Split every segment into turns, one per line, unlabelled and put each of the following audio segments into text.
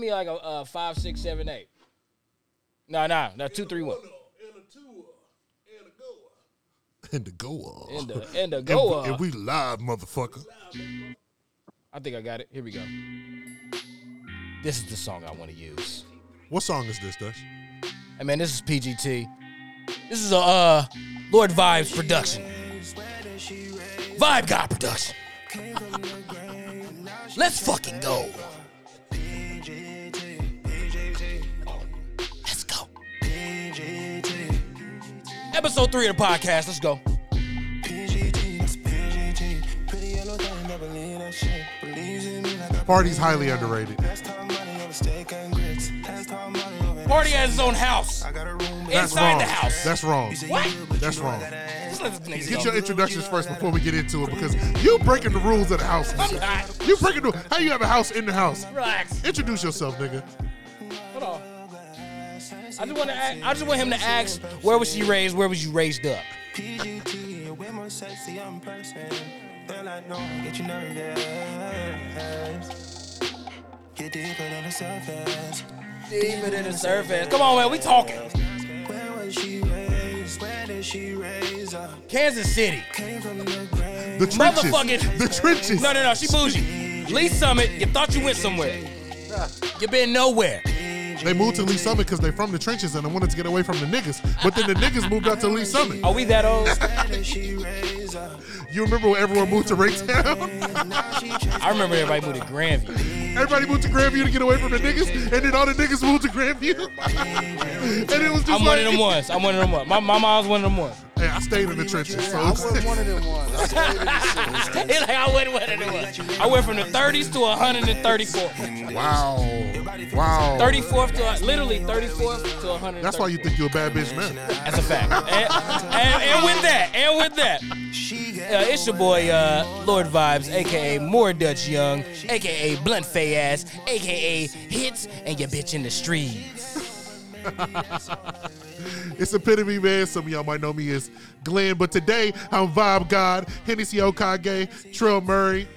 me like a, a five, six, seven, eight. No, no, no, two, three, one.
And the Goa.
And the and the
And-
Goa.
And we live, motherfucker.
I think I got it. Here we go. This is the song I want to use.
What song is this, Dutch?
Hey man, this is PGT. This is a uh, Lord Vibes production. Vibe God production. Let's fucking go. Let's go. Episode three of the podcast. Let's go.
Party's highly underrated.
Party at his own house.
That's
Inside
wrong.
the house.
That's wrong.
What?
That's wrong.
Just let this nigga
Get
go.
your introductions first before we get into it because you breaking the rules of the house.
I'm
nigga.
not.
You breaking the how you have a house in the house.
Relax.
Introduce yourself, nigga.
Hold on. I just want to. I just want him to ask, where was she raised? Where was you raised up?
PGT, way more sexy in person. Girl, I know I get you nervous. Get deeper than the surface.
Deeper than the surface. Come on, man. We talking.
Where was she raised? Where did she raise up?
Kansas City.
Came from the grave.
The trenches.
Motherfucking-
The trenches.
No, no, no. She bougie. Lee Summit. You thought you went somewhere. You been nowhere.
They moved to Lee Summit because they from the trenches and they wanted to get away from the niggas. But then the niggas moved out to Lee Summit.
Are we that old?
Where did she raise up?
You remember when everyone moved to Raytown?
I remember everybody moved to Grandview.
Everybody moved to Grandview to get away from the niggas, and then all the niggas moved to Grandview. and it was just
I'm
like,
one of them ones. I'm one of them ones. My, my mom's one of them ones.
Hey, I stayed in the trenches. So
I wasn't one of them ones. I stayed in the city.
It's like I went one of them ones. I went from the 30s to 134th.
wow, wow.
34th to literally 34th to 134th.
That's why you think you're a bad bitch now.
That's a fact. and, and, and with that, and with that, uh, it's your boy uh, Lord Vibes, aka More Dutch Young, aka Blunt Fay Ass, aka Hits and Your Bitch in the Streets.
It's epitome, man. Some of y'all might know me as Glenn, but today I'm Vibe God, Hennessy Okage, Trill Murray,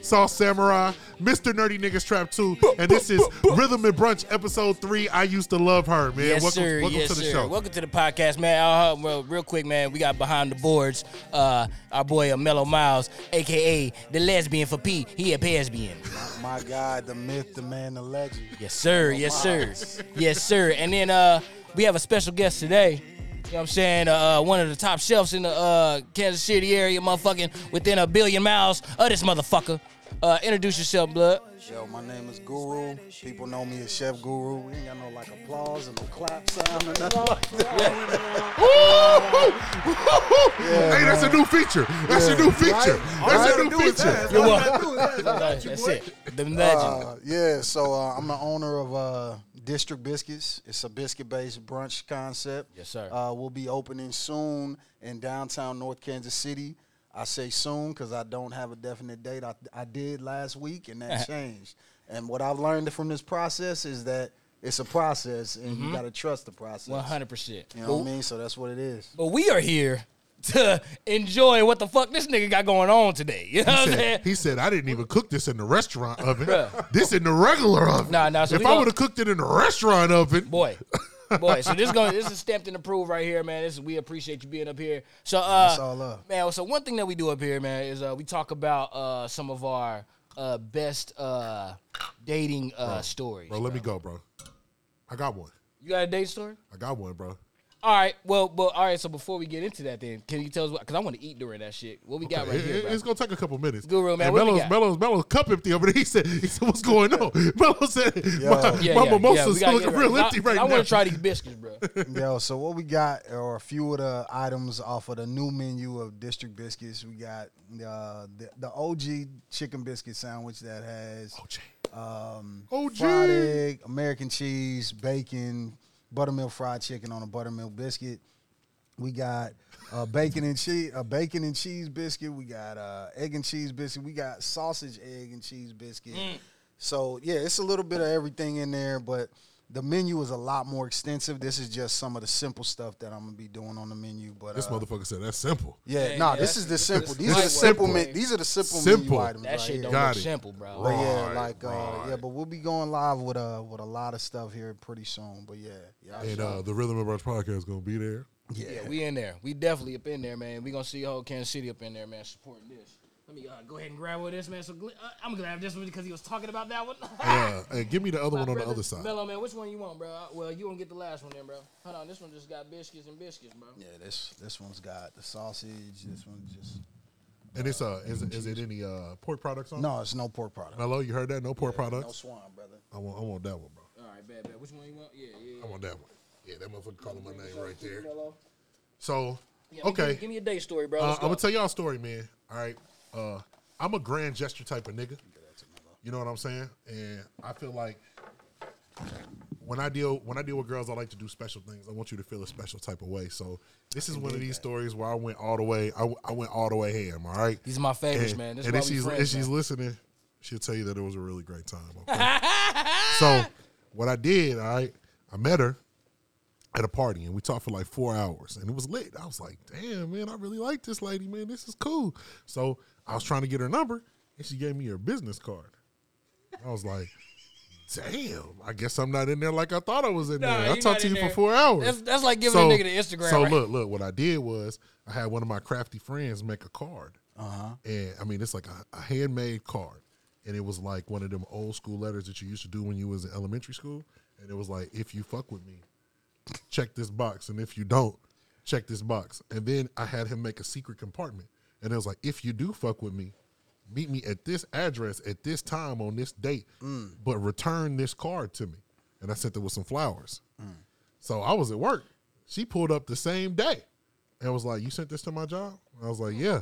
Sauce Samurai, Mr. Nerdy Niggas Trap 2, and this is Rhythm and Brunch Episode 3. I used to love her, man.
yes,
welcome
sir.
welcome
yes,
to the
sir.
show.
Welcome to the podcast, man. Uh, well, real quick, man, we got behind the boards uh, our boy uh, Mellow Miles, aka the lesbian for P. He a lesbian.
My God, the myth, the man, the legend.
Yes, sir. Yes, sir. Yes, sir. And then uh, we have a special guest today. You know what I'm saying? Uh, one of the top chefs in the uh, Kansas City area, motherfucking within a billion miles of this motherfucker. Uh, introduce yourself, blood.
Yo, my name is Guru. People know me as Chef Guru. We ain't got no like applause and no clap sound or nothing like that.
Woo-hoo! Woo-hoo! hey, that's a new feature. That's a new feature. That's a new feature.
You're
welcome.
That's it. The legend.
Uh, yeah, so uh, I'm the owner of uh, District Biscuits. It's a biscuit-based brunch concept.
Yes, sir.
Uh, we'll be opening soon in downtown North Kansas City. I say soon because I don't have a definite date. I, I did last week, and that changed. And what I've learned from this process is that it's a process, and
Mm-hmm.
you got to trust the process.
100%.
You know what I mean? So that's what it is.
But we are here to enjoy what the fuck this nigga got going on today. You know what
He
I'm saying?
said, he said, I didn't even cook this in the restaurant oven.
Bruh.
This in the regular oven.
Nah, nah, so
if
we
I
gon-
would have cooked it in the restaurant oven,
Boy. Boy, so this is going this is stamped and approved right here, man. This is, we appreciate you being up here. So uh
That's all up.
man, so one thing that we do up here, man, is uh we talk about uh some of our uh best uh dating uh stories.
bro, let me go, bro. I got one.
You got a date story?
I got one, bro.
All right, well, well, all right. So before we get into that, then can you tell us? Because I want to eat during that shit. What we got right
It-
here,
it-
bro?
it's gonna take a couple minutes.
Guru, man,
And
what we
Mello's,
got?
Mello's, Mello's cup empty over there. He said, he said What's going on? Mello said, My,
Yeah,
my
yeah, yeah, we
mimosa's
gotta
looking
get it
real
right.
empty
I-
right
I
now.
want to try these biscuits, bro.
Yo, so what we got are a few of the items off of the new menu of District Biscuits. We got uh, the the OG chicken biscuit sandwich that has
OG.
um,
OG.
fried egg, American cheese, bacon, buttermilk fried chicken on a buttermilk biscuit. We got uh, bacon and cheese, a bacon and cheese biscuit. We got uh, egg and cheese biscuit. We got
Mm.
sausage, egg and cheese biscuit. So yeah, it's a little bit of everything in there, but The menu is a lot more extensive. This is just some of the simple stuff that I'm gonna be doing on the menu. But
This
uh,
motherfucker said that's simple.
yeah,
Yeah,
nah,
yeah,
this is the simple. These
This
are the
is
simple.
simple.
men- these are the simple,
Simple.
menu items.
That
right
shit
here.
don't
Got
look
it.
simple, bro.
But yeah,
Right,
like uh,
right.
yeah, but we'll be going live with uh with a lot of stuff here pretty soon. But yeah, yeah,
And uh, the Rhythm of Brunch podcast is gonna be there.
yeah.
Yeah, we in there. We definitely up in there, man. We gonna see whole Kansas City up in there, man. Supporting this. Let me uh, go ahead and grab all this, man. So gl- uh, I'm gonna have this one because he was talking about that one.
Yeah, and give me the other
Ah! My
one on the
brother-
other side.
Mellow man, which one you want, bro? Uh, Well, you gonna get the last one then, bro. Hold on, this one just got biscuits and biscuits, bro.
yeah. This this one's got the sausage. This one's just
And it's uh, is, is it any uh pork products on? it?
no, it's no pork product.
Hello, you heard that? No pork
No
products.
swan, brother.
I want, I want that one, bro.
All right, bad, bad. Which one you want? Yeah, yeah.
I want that one. Yeah, that motherfucker calling my name
yeah.
right there.
Mellow.
So,
Yeah, give me-
okay,
Give, me a day story, bro.
uh,
Let's
I'm
go.
gonna tell y'all a story, man. All right, uh, I'm a grand gesture type of nigga. You know what I'm saying? And I feel like when I deal when I deal with girls, I like to do special things. I want you to feel a special type of way. So this is one of these stories where I went all the way. I, w- I went all the way ham. All right.
These are my favorites,
and,
man. This is
and
why
if
we
she's
friends,
if she's
man.
listening, she'll tell you that it was a really great time. Okay? so what I did, all right, I met her at a party and we talked for like four hours and it was lit. I was like, damn, man, I really like this lady, man. This is cool. So I was trying to get her number and she gave me her business card. I was like, damn, I guess I'm not in there like I thought I was in
Nah,
there. I
you
talked
not
to
in
you
there.
for four hours.
That's- that's like giving a nigga the Instagram,
So
right?
look, look, what I did was I had one of my crafty friends make a card. Uh-huh. And I mean, it's like a, a handmade card. And it was like one of them old school letters that you used to do when you was in elementary school. And it was like, if you fuck with me, check this box, and if you don't, check this box. And then I had him make a secret compartment, and it was like, if you do fuck with me, meet me at this address at this time on this date,
Mm.
but return this card to me. And I sent it with some flowers.
Mm.
So I was at work. She pulled up the same day, and was like, "You sent this to my job?" And I was like, "Yeah."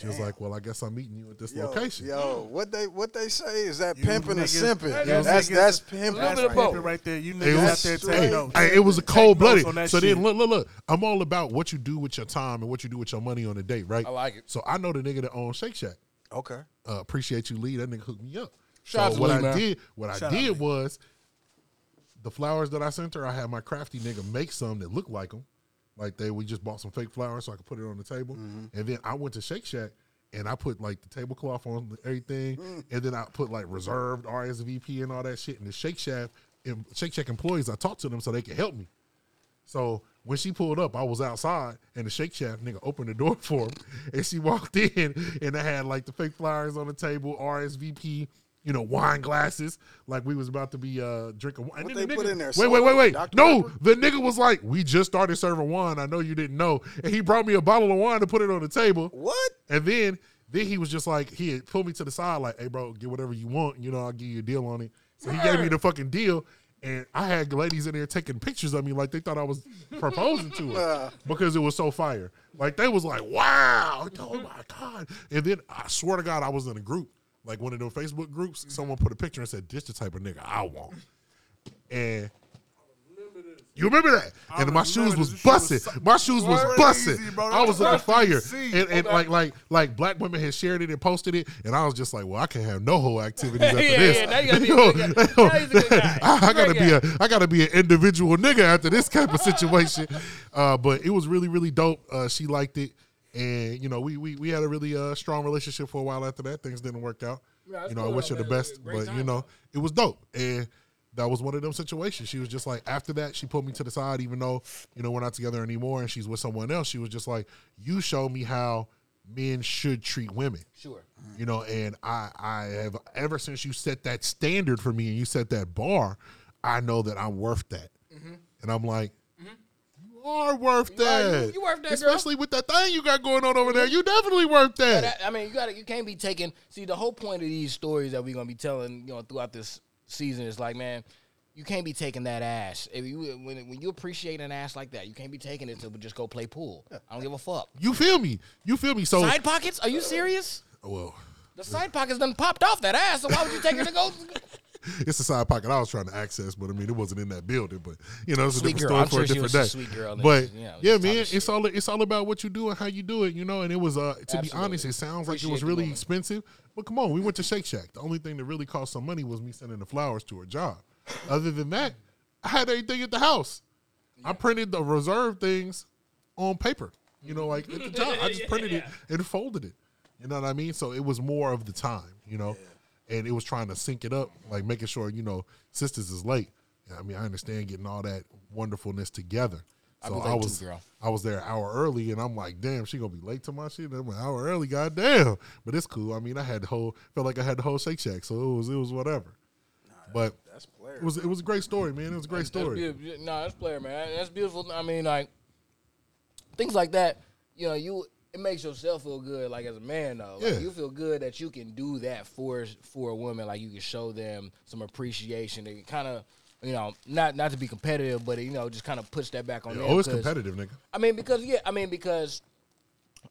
She was like, "Well, I guess I'm meeting you at this location."
Yo, what they what they say is that pimping and
niggas-
simping.
That
That's
niggas-
that's pimping.
Little
That's
bit of
right,
both.
right there. You
It
niggas out
was,
there
straight.
taking notes.
hey, it was a cold blooded.
notes on that
So
shit.
then look, look, look. I'm all about what you do with your time and what you do with your money on a date, right? I
like it.
So I know the nigga that owns Shake Shack.
Okay.
Uh, appreciate you, Lee. That nigga hooked me up.
Shout out
so
to
what
Lee,
I
man.
did, what
Shout out,
I did
Lee.
was, the flowers that I sent her, I had my crafty nigga make some that looked like them, like they we just bought some fake flowers so I could put it on the table,
Mm-hmm.
and then I went to Shake Shack. And I put like the tablecloth on
Mm.
everything, and then I put like reserved RSVP and all that shit. And the Shake Shack, and Shake Shack employees, I talked to them so they could help me. So when she pulled up, I was outside, and the Shake Shack nigga opened the door for him, and she walked in, and I had like the fake flowers on the table, RSVP, you know, wine glasses, like we was about to be uh drinking. Wine. And
What
then
they
the
put
nigga-
in there,
Wait, wait, wait, wait.
Dr.
No,
Pepper?
the nigga was like, "We just started serving wine. I know you didn't know," and he brought me a bottle of wine to put it on the table.
What?
And then then he was just like, he had pulled me to the side, like, hey, bro, get whatever you want. You know, I'll give you a deal on it. So he gave me the fucking deal. And I had ladies in there taking pictures of me like they thought I was proposing to her because it was so fire. Like they was like, wow, oh my God. And then I swear to God, I was in a group, like one of those Facebook groups. Someone put a picture and said, this the type of nigga I want. And you remember that? and my
remember
shoes
this.
was
This shit was
busting.
so
My shoes was
crazy,
busting.
bro.
I was in the
That's what
fire,
you see.
and, and like like like black women had shared it and posted it, and I was just like, well, I can't have no whole activities after
Yeah,
this.
yeah, now you gotta be a good guy.
Yo,
Now he's a good guy.
I, I gotta
Great
be
guy.
a I gotta be an individual nigga after this type of situation. Uh, but it was really really dope. Uh, she liked it, and you know we we we had a really uh, strong relationship for a while after that. Things didn't work out.
Yeah, that's
you know, I
cool,
wish her the
man.
best,
Great
but
time,
you know
though.
it was dope. And that was one of them situations. She was just like, after that, she put me to the side, even though, you know, we're not together anymore and she's with someone else. She was just like, you show me how men should treat women.
Sure.
You know, and I, I have ever since you set that standard for me and you set that bar, I know that I'm worth that. And I'm like, you are worth
Mm-hmm. You are- you-
that.
you worth that, girl.
Especially with that thing you got going on over there. You definitely worth that.
That- I mean, you gotta, you can't be taking. See, the whole point of these stories that we're gonna be telling, you know, throughout this season is like, man, you can't be taking that ass. If you when, when you appreciate an ass like that, you can't be taking it to just go play pool. I don't give a fuck.
You feel me? You feel me? So,
Side pockets? Are you serious?
well,
The side pockets done popped off that ass. So why would you take it to go?
It's a side pocket I was trying to access, but I mean it wasn't in that building. But you know, it's a
Sweet
different
girl. I'm
story for
sure
a
she
different
was
day.
a sweet girl and,
but
you know,
yeah,
just
man,
talking
it's
shit.
all it's all about what you do and how you do it, you know. And it was uh to be
Absolutely.
honest, it sounds like it
Appreciate
was
the
really
woman.
expensive. But come on, we went to Shake Shack. The only thing that really cost some money was me sending the flowers to her job. Other than that, I had everything at the house. I printed the reserve things on paper. You know, like at the job, I just printed it and folded it. You know what I mean? So it was more of the time. You know, and it was trying to sync it up, like making sure you know sisters is late. I mean, I understand getting all that wonderfulness together. So
was
I,
late too,
was,
girl.
I was there an hour early, and I'm like, damn, she gonna be late to my shit. I'm an hour early, goddamn. But it's cool. I mean, I had the whole felt like I had the whole Shake Shack, so it was it was whatever. But
That's player.
it was it was a great story, man. It was a great story.
That's beautiful. No, that's player, man. That's beautiful. I mean, like things like that. You know, you it makes yourself feel good, like as a man, though. Like,
Yeah.
You feel good that you can do that for for a woman. Like you can show them some appreciation. They kind of, you know, not not to be competitive, but you know, just kind of push that back on.
Yeah,
them
oh, it's
'cause-
competitive, nigga.
I mean, because yeah, I mean because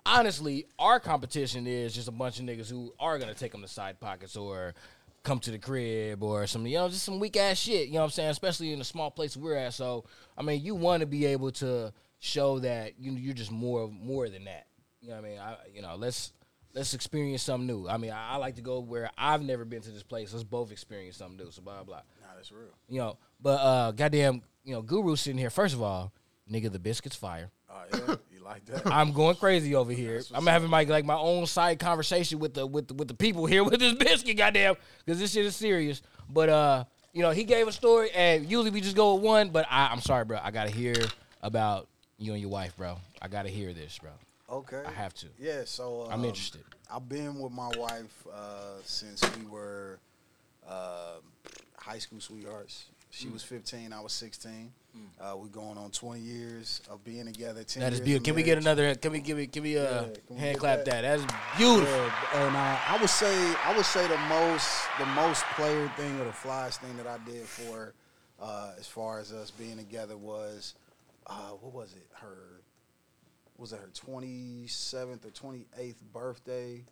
honestly, our competition is just a bunch of niggas who are gonna take them to side pockets or come to the crib or some you know just some weak ass shit. You know what I'm saying? Especially in the small place we're at. So I mean, you want to be able to show that you you're just more more than that. You know what I mean? I you know let's. Let's experience something new. I mean, I, I like to go where I've never been to this place. Let's both experience something new. So blah blah. blah.
Nah, that's real.
You know, but uh, goddamn, you know, Guru sitting here. First of all, nigga, the biscuits fire.
Oh yeah, you like that?
I'm going crazy over here. I'm having my like my own side conversation with the with the, with the people here with this biscuit, goddamn, because this shit is serious. But uh, you know, he gave a story, and usually we just go with one. But I, I'm sorry, bro. I gotta hear about you and your wife, bro. I gotta hear this, bro.
Okay.
I have to.
Yeah, so um,
I'm interested.
I've been with my wife uh, since we were uh, high school sweethearts.
Mm.
She was 15, I was 16. Uh, we're going on 20 years of being together. 10
That is
years of
beautiful. Can we get
marriage.
another? Can we give it? Can we uh
Yeah, can we
hand
get
clap that?
that?
That's beautiful.
Yeah, and uh, I would say I would say the most the most player thing or the flyest thing that I did for her, uh, as far as us being together was uh, what was it her was it her twenty seventh or twenty eighth birthday.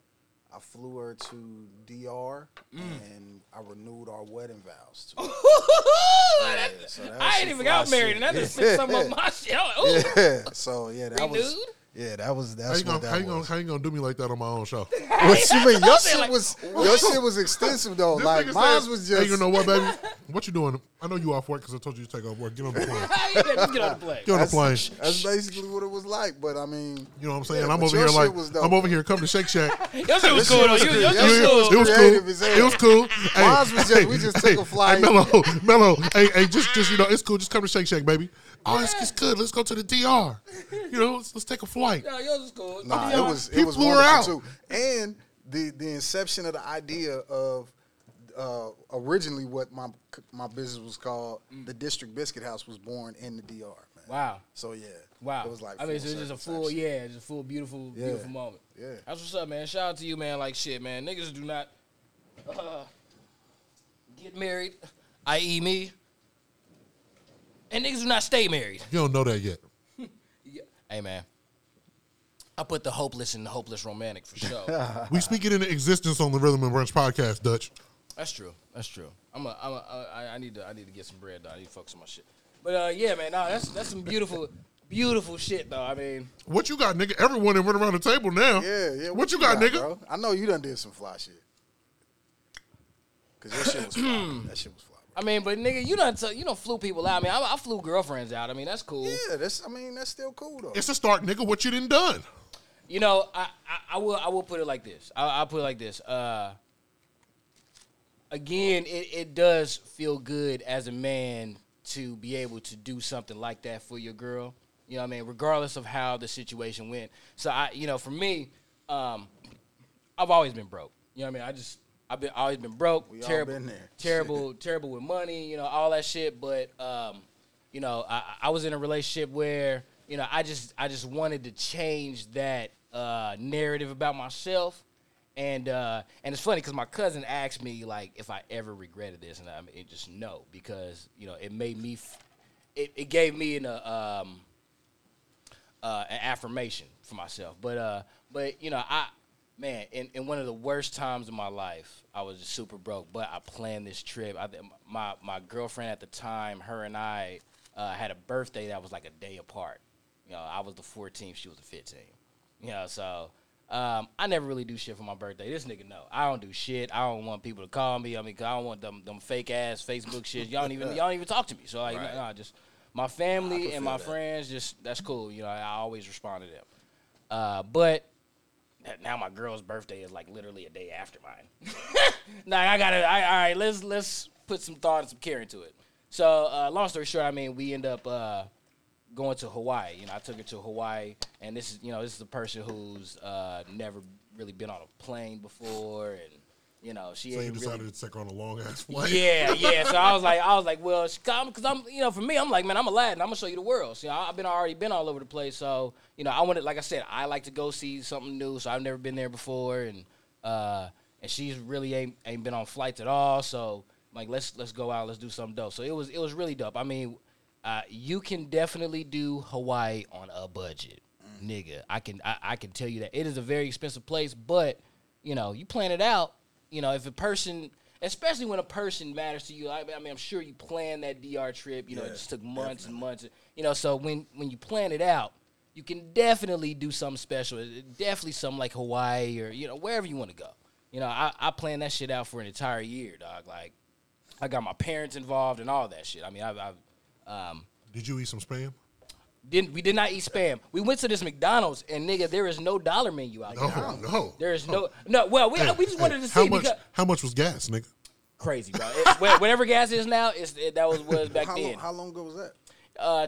I flew her to DR
Mm.
and I renewed our wedding vows. To her.
Oh, That-
Yeah, so that was
I
some
ain't even got
fly
married,
shit.
and I just sent some of my shit. I'm like, ooh.
Yeah, so yeah, that was
Renewed?
yeah, that was
How
that's
you
what
gonna how
that
you gonna
was.
how you gonna do me like that on my own show? This
What you mean? Your
Something
shit
like-
was your shit was extensive though. Like
nigga
mine
said,
was
Hey, you
just
know what, baby? What you doing? I know you off work because I told you to take off work. Get on the plane.
Yeah, just get on the plane.
Get on the
That's-
plane.
That's basically what it was like. But I mean,
You know what I'm saying?
Yeah,
I'm
but
over
your
here
shit
like
was dope.
I'm over here coming to Shake Shack.
Your shit was cool. though. You- Your
Your
shit
shit
was
It
cool.
was cool.
creative as hell.
It was cool. Hey,
Ours was just- we just took a flight.
Hey, Mello, Mello. hey, hey, just, just you know, it's cool. Just come to Shake Shack, baby. Oh, it's, it's good. Let's go to the DR. You know, let's, let's take a flight.
No, yours was cool.
nah,
Yeah.
it was
He
it was
flew her
wonderful
out.
too. And the the inception of the idea of uh, originally what my my business was called, the District Biscuit House, was born in the DR. Man.
Mm. Wow.
So yeah,
Wow.
It was like
I mean,
full
so it's just a
circle
full,
type shit.
yeah, just a full, beautiful,
Yeah.
beautiful moment.
Yeah.
That's what's up, man. Shout out to you, man. Like shit, man. Niggas do not uh, get married, i.e. me. And niggas do not stay married.
You don't know that yet.
Yeah. Hey man. I put the hopeless in the hopeless romantic for sure.
We speak it into existence on the Rhythm and Brunch podcast, Dutch.
That's true. That's true. I'm a, I'm a, I, I need to I need to get some bread though. I need to focus on my shit. But uh, yeah, man, nah, that's that's some beautiful, beautiful shit though. I mean,
What you got, nigga? Everyone that went around the table now.
Yeah, yeah.
What, you got, nigga?
bro? I know you done did some fly shit. Cause your shit was fly. that shit was fly. Bro.
I mean, but nigga, you don't you don't flew people out. I mean, I, I flew girlfriends out. I mean, that's cool.
Yeah, that's. I mean, that's still cool though.
It's a start, nigga. What you done done?
You know, I, I, I will I will put it like this. I, I'll put it like this. Uh, again, it, it does feel good as a man to be able to do something like that for your girl. You know what I mean? Regardless of how the situation went. So I, you know, for me, um, I've always been broke. You know what I mean? I just I've been always been broke.
We all
terrible,
been there.
terrible, terrible with money. You know all that shit. But um, you know, I, I was in a relationship where you know I just I just wanted to change that uh, narrative about myself. And uh, and it's funny because my cousin asked me like if I ever regretted this, and I mean, it just no because you know it made me, f- it, it gave me an uh, um, uh, an affirmation for myself. But uh, but you know, I man, in, in one of the worst times of my life, I was just super broke. But I planned this trip. I, my my girlfriend at the time, her and I uh, had a birthday that was like a day apart. You know, I was the 14th, she was the 15th. You know, so Um, I never really do shit for my birthday. This nigga know. I don't do shit. I don't want people to call me. I mean, 'cause I don't want them them fake ass Facebook shit. Y'all don't even y'all don't even talk to me. So like, nah, just my family and my friends. Just that's cool. You know, I always respond to them. Uh, but now my girl's birthday is like literally a day after mine. nah, I gotta. I, all right, let's let's put some thought and some care into it. So, uh, long story short, I mean, we end up uh, going to Hawaii. You know, I took her to Hawaii, and this is you know this is a person who's uh, never really been on a plane before, and you know she
So you
ain't really
decided to take her on a long ass flight.
yeah, yeah. So I was like, I was like, well, because I'm, you know, for me, I'm like, man, I'm Aladdin. I'm gonna show you the world. So, you know, I've been already been all over the place. So you know, I wanted, like I said, I like to go see something new. So I've never been there before, and uh, and she's really ain't ain't been on flights at all. So like, let's let's go out, let's do something dope. So it was it was really dope. I mean, uh, you can definitely do Hawaii on a budget, nigga. I can I, I can tell you that it is a very expensive place, but you know, you plan it out. You know, if a person, especially when a person matters to you, I, I mean, I'm sure you planned that DR trip. You know, it just took months and months. You know, so when when you plan it out, you can definitely do something special. It- Definitely something like Hawaii or you know wherever you want to go. You know, I, I planned that shit out for an entire year, dog. Like, I got my parents involved and all that shit. I mean, I, I um,
Did you eat some spam?
didn't we did not eat spam. We went to this McDonald's and nigga, there is no dollar menu out
No,
there.
no.
There is no no. Well, we, we just wanted to see
how much.
because-
How much was gas, nigga?
crazy, bro. It- wha- whatever gas is now, it's, it, that was was back
How long,
then.
how long ago was that?
Uh,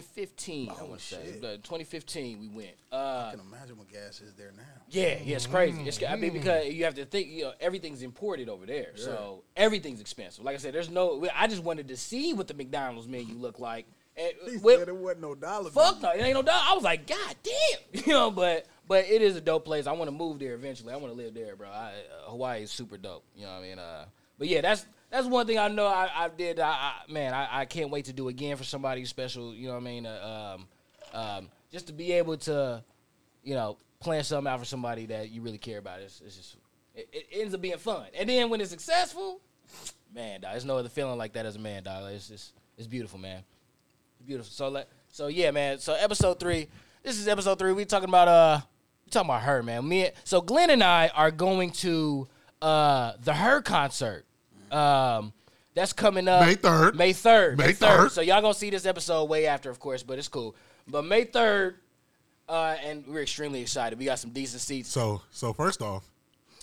2015, I want to say.
Oh,
Uh, 2015, we went. Uh,
I can imagine what gas is there now.
yeah, yeah, it's crazy. It's, I mean, because
Mm.
you have to think, you know, everything's imported over there, so everything's expensive. Like I said, there's no. I just wanted to see what the McDonald's menu looked like. And
He
with-
said it wasn't no dollar.
Fuck no, it ain't no doubt. I was like, God damn, you know. But but it is a dope place. I want to move there eventually. I want to live there, bro. I, uh, Hawaii is super dope. You know what I mean? Uh, but yeah, that's that's one thing I know I, I did. I, I man, I, I can't wait to do again for somebody special. You know what I mean? Uh, um, um, just to be able to, you know, plan something out for somebody that you really care about. It's, it's just it, it ends up being fun. And then when it's successful, man, dog, there's no other feeling like that as a man, dog. It's just it's beautiful, man. Beautiful. So let so yeah, man. So episode three. This is episode three. We talking about uh we talking about her, man. Me and- so Glenn and I are going to uh the her concert. Um that's coming up
May 3rd.
May third.
May 3rd.
So y'all gonna see this episode way after, of course, but it's cool. But May third, uh, and we're extremely excited. We got some decent seats.
So, so first off,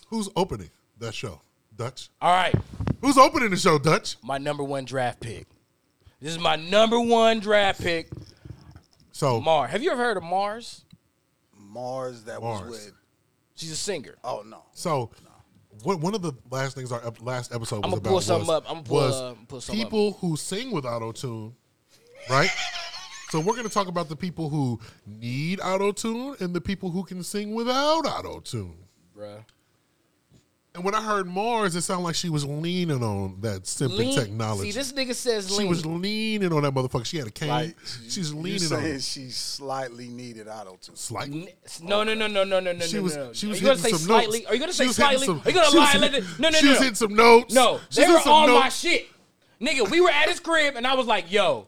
who's opening that show? Dutch.
All right.
Who's opening the show, Dutch?
My number one draft pick. This is my number one draft pick,
So,
Mars. Have you ever heard of Mars?
Mars that
Mars.
was with.
She's a singer.
Oh no.
so, what, one of the last things our ep- last episode was
I'ma
about
pull something
was,
up. I'ma pull,
was
uh, pull something up.
people who sing with auto tune, right? so we're going to talk about the people who need auto tune and the people who can sing without auto tune.
Bruh.
And when I heard Mars, it sounded like she was leaning on that simple
Lean.
technology.
See, this nigga says
she
lean.
was leaning on that motherfucker. She had a cane.
Like
She's
you
leaning on
saying
it.
she slightly needed auto tune.
Slight.
N- No, no, no, no, no, no, no.
She
no,
was.
no.
She was
Are you gonna
hitting
say
some
slightly?
notes.
Are you gonna
She
say
was hitting
slightly?
some-
Are you gonna
she was
lie? and let
hitting-
it- No, no,
She
no.
was hitting some notes.
No,
She
they
was
were
hitting some
on my
notes.
shit, nigga. We were at his crib, and I was like, "Yo,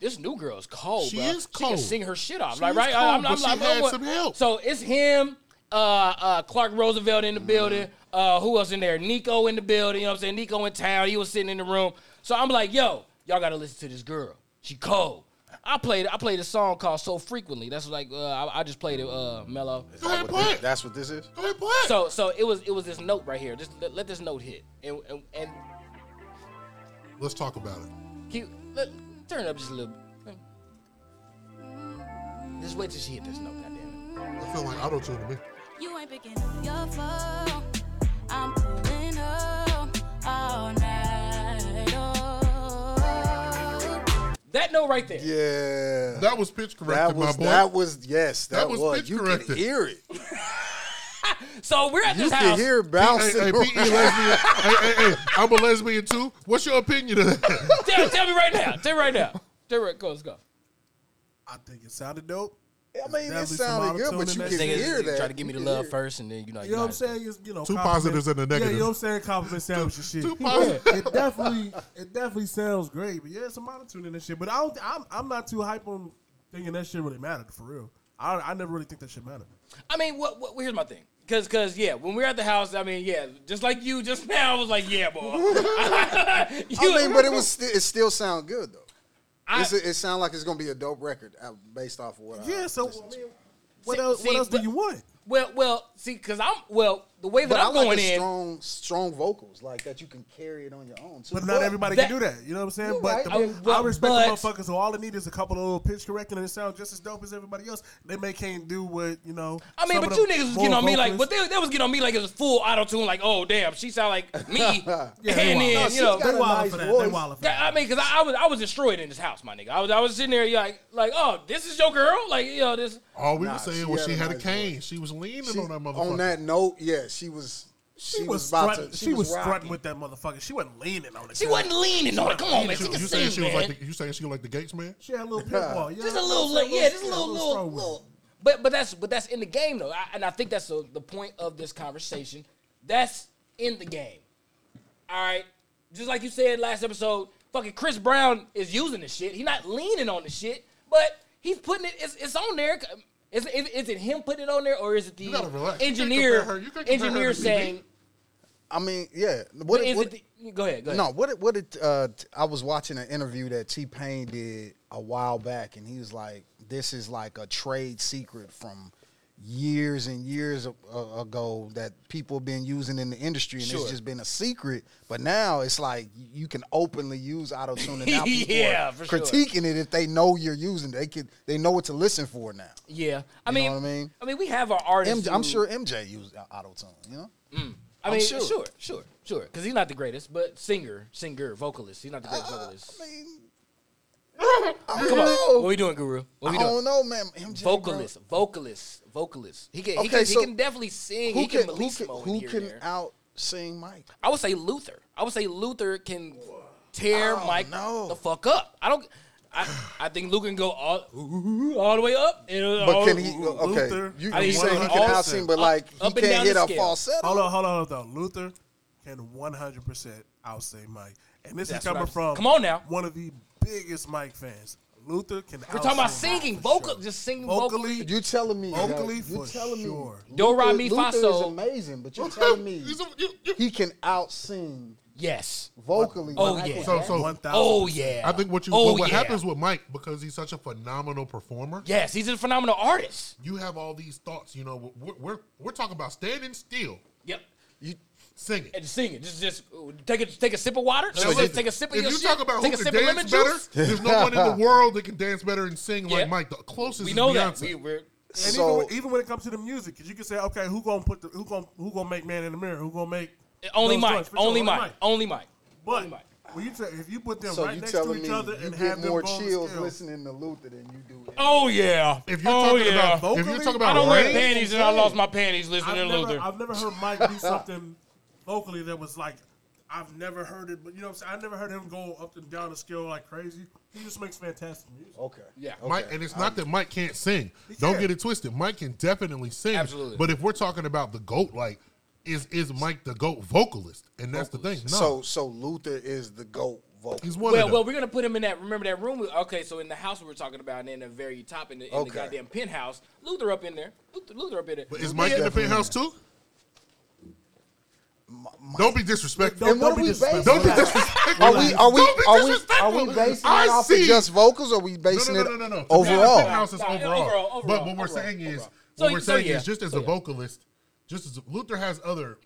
this new girl's cold.
She
bro.
is
She
cold.
can sing her shit off.
She
like,
is
right?
cold,
I'm,
but
I'm
she
like, "Oh,
had
what-
some help.
So it's him, uh, uh, Clark Roosevelt in the building. Uh, who else in there? Nico in the building. You know what I'm saying? Nico in town. He was sitting in the room. So I'm like, "Yo, y'all gotta listen to this girl. She cold." I played I played a song called "So Frequently." That's like uh, I, I just played it, uh, Mellow.
Go ahead,
What
play
thi-
it.
that's what this is.
Go ahead, play it.
So so it was it was this note right here. Just let, let this note hit and and, and
Let's talk about it.
keep, let, turn it up just a little. Just wait till she hit this note. Goddamn
I feel like auto tune to me.
You ain't picking up your phone. I'm pulling up all night. Oh.
it! That note right there.
Yeah.
That was pitch
That
corrected, my
was
boy.
that was yes. That,
That was
was,
pitch
you
corrected.
could hear it. You
So we're at this
could
house.
hear it
hey,
bouncing.
hey,
around.
PE lesbian. hey, hey, hey, I'm a lesbian too. What's your opinion of that?
Tell, tell me right now. Tell me right now. Tell me right. Go. Let's go.
I think it sounded dope.
I mean, it
Definitely
sounded
some
good, but
autotune
you
in
can
that
hear that.
Try to give me the
You
love
can hear
first, and then you know.
You know what I'm saying? It's, you know,
Two
compliment-
positives and a
Yeah,
negative.
you know what I'm saying? Compliments sandwich and shit.
two positives.
Yeah, it definitely, it definitely sounds great. But yeah, it's a monotone and that shit. But I don't, I'm, I'm not too hype on thinking that shit really mattered for real. I, I never really think that should matter.
I mean, what, what? Here's my thing. Cause, cause, yeah. When we were at the house, I mean, yeah. Just like you, just now, I was like, yeah, boy. You-
I mean, but it was sti- it still sound good though.
I-
It's a- it sound like it's gonna be a dope record uh, based off of what. I
Yeah, so
listened
I
to.
mean, what
See-
else?
see,
what else
but-
do you want?
well, well. See, cause I'm well. The way that
but I
I'm
like
going
the
in,
strong, strong vocals like that. You can carry it on your own. Too.
But not everybody
that-
can do that. You know what I'm saying?
You're
But
right.
the,
I mean,
I
but-
respect
but-
the motherfuckers. So all they need is a couple of little pitch correcting and it sounds just as dope as everybody else. They may can't do what you know.
I mean,
some
but
of
you
the
niggas was
more
getting on me like,
vocalists-
but they, they was getting on me like it was full auto tune. Like, oh damn, she sound like me.
they
and
wild.
then
No,
you know,
she's got
they
a
wild
nice
for that. They
voice.
wild for
that- uh,
that.
I mean, cause I, I was I was destroyed in this house, my nigga. I was I was sitting there like like, oh, this is your girl. Like, you know, this.
All we
Nah,
were saying
she
was
had
she
a
had a
nice
cane. She was leaning
She-
on that motherfucker.
on that note, yeah, she was. She,
She
was,
was
about
strutting.
to.
She was
rocking.
strutting with that motherfucker. She wasn't leaning on it.
She wasn't leaning on it. Come on, man. She
You,
can
you saying
sing,
she was
man.
like the, you saying she was like the Gates man?
She had a little pit wall.
just a little, like, yeah, just a little, little, little. But but that's but that's in the game though, I, and I think that's the, the point of this conversation. That's in the game. All right, just like you said last episode, fucking Chris Brown is using the shit. He's not leaning on the shit, but he's putting it. It's, it's on there. Is, is, is it him putting it on there, or is it the
gotta relax. You can't
engineer
compare her- you can't compare her
engineer
to BB.
saying?
I mean, yeah. What,
is
what,
it the, go ahead. Go ahead.
No, what it, what it, uh, t- I was watching an interview that T Pain did a while back, and he was like, "This is like a trade secret from years and years a- a- ago that people have been using in the industry, and
Sure.
it's just been a secret. But now it's like you can openly use auto tune, and now people
Yeah,
are
for sure.
critiquing it if they know you're using. It. They could, they know what to listen for now.
Yeah, I
You
mean,
know what I mean?
we have our artists.
MJ, I'm
who-
sure MJ used auto tune. uh, You know,
I mean, sure,
sure.
sure, sure, Because he's not the greatest, but singer, singer, vocalist. He's not
Uh,
the greatest vocalist.
I mean,
Come on, what we doing, Guru? What
I
we doing?
don't know, man. MJ, bro.
Vocalist, vocalist, vocalist. He can, he,
Okay,
can
so
he can definitely sing.
who
he can,
can, who
release
can,
mode
who
here
can
and there.
out sing Mike?
I would say Luther. I would say Luther can tear Mike
no.
the fuck up. I don't. I, I think Luke can go all, all the way up. and
But
all-
can he? Okay,
Oh, Luther,
you,
I
you
mean,
say he
all-
can out sing, but
up-
like
up and
he
down
can't hit
the
a
scale.
falsetto.
Hold on, hold on, hold on. Luther can 100% outsay Mike. And this
That's
is coming
what I'm-
from
Come on now.
one of the biggest Mike fans. Luther can
We're talking about
out-sing Mike
singing,
Oh, for
vocal,
sure.
just singing vocally.
vocally.
You telling me?
Vocally
yo, you
for
telling
sure.
me?
Do, re,
Luther-
mi, fa,
Luther is
sol.
amazing, but you're telling me
He's a- you- you-
he can out sing
Yes.
vocally?
Oh,
Michael
yeah.
so
Jackson?
so
1,000.
Oh yeah.
I think what you
Oh
what, what
yeah.
happens with Mike because he's such a phenomenal performer.
Yes, he's a phenomenal artist.
You have all these thoughts. You know, we're we're, we're talking about standing still,
Yep.
singing.
And sing it. Just, just uh, take a take a sip of water.
Now,
Just
listen,
take a sip of
if
your
you
shit.
talk about
take
who
a sip
can
of lemon
dance better,
juice.
there's no one in the world that can dance better and sing
Yeah.
like Mike. The closest
We
is
know
Beyonce.
that. We, we're
And
So-
even, even when it comes to the music, 'cause you can say, okay, who gonna put the who gonna who gonna make Man in the Mirror? Who gonna make
only
those
Mike.
joints? For sure,
Only Mike. Only Mike.
But
Only Mike.
when you tell, if you put them
So
right
you
next to
telling
each
me
other
you
and have
get
them
more
go on the
chills
scale.
listening to Luther than you do? it.
Oh yeah.
if you're
oh
talking
yeah.
about if you're
Vocally,
talking
I
about
don't wear
range,
panties and I lost my panties listening
I've
to
never,
Luther.
I've never heard Mike do something vocally that was like, I've never heard it, but you know what I'm saying? I never heard him go up and down the scale like crazy. He just makes fantastic music.
Okay.
yeah.
Mike, and it's not that Mike can't sing. Don't
can.
get it twisted. Mike can definitely sing.
Absolutely.
But if we're talking about the goat, like, is is Mike the goat vocalist? And that's the thing. No,
So so Luther is the goat vocal.
he's one
Well,
of
well,
them.
we're gonna put him in that. Remember that room? we- Okay, so in the house we were talking about, and in the very top, in the, in the
Okay.
goddamn penthouse, Luther up in there. Luther, Luther up in there.
is Mike in the
Definitely.
penthouse too? Don't be disrespectful.
And what
be
are we
disrespectful.
Don't
basing?
be
it on?
disrespectful.
Are we are we
Don't be
are we
disrespectful.
are we basing
I
it off of
see-
just vocals? Or are we basing
no, no, no, no,
it
no, no.
overall?
Penthouse is
Nah,
overall.
overall,
But
overall,
what we're
overall,
saying is,
overall.
what
So-
we're
so
saying
yeah,
is, just as
so
a
yeah.
vocalist, just as Luther has other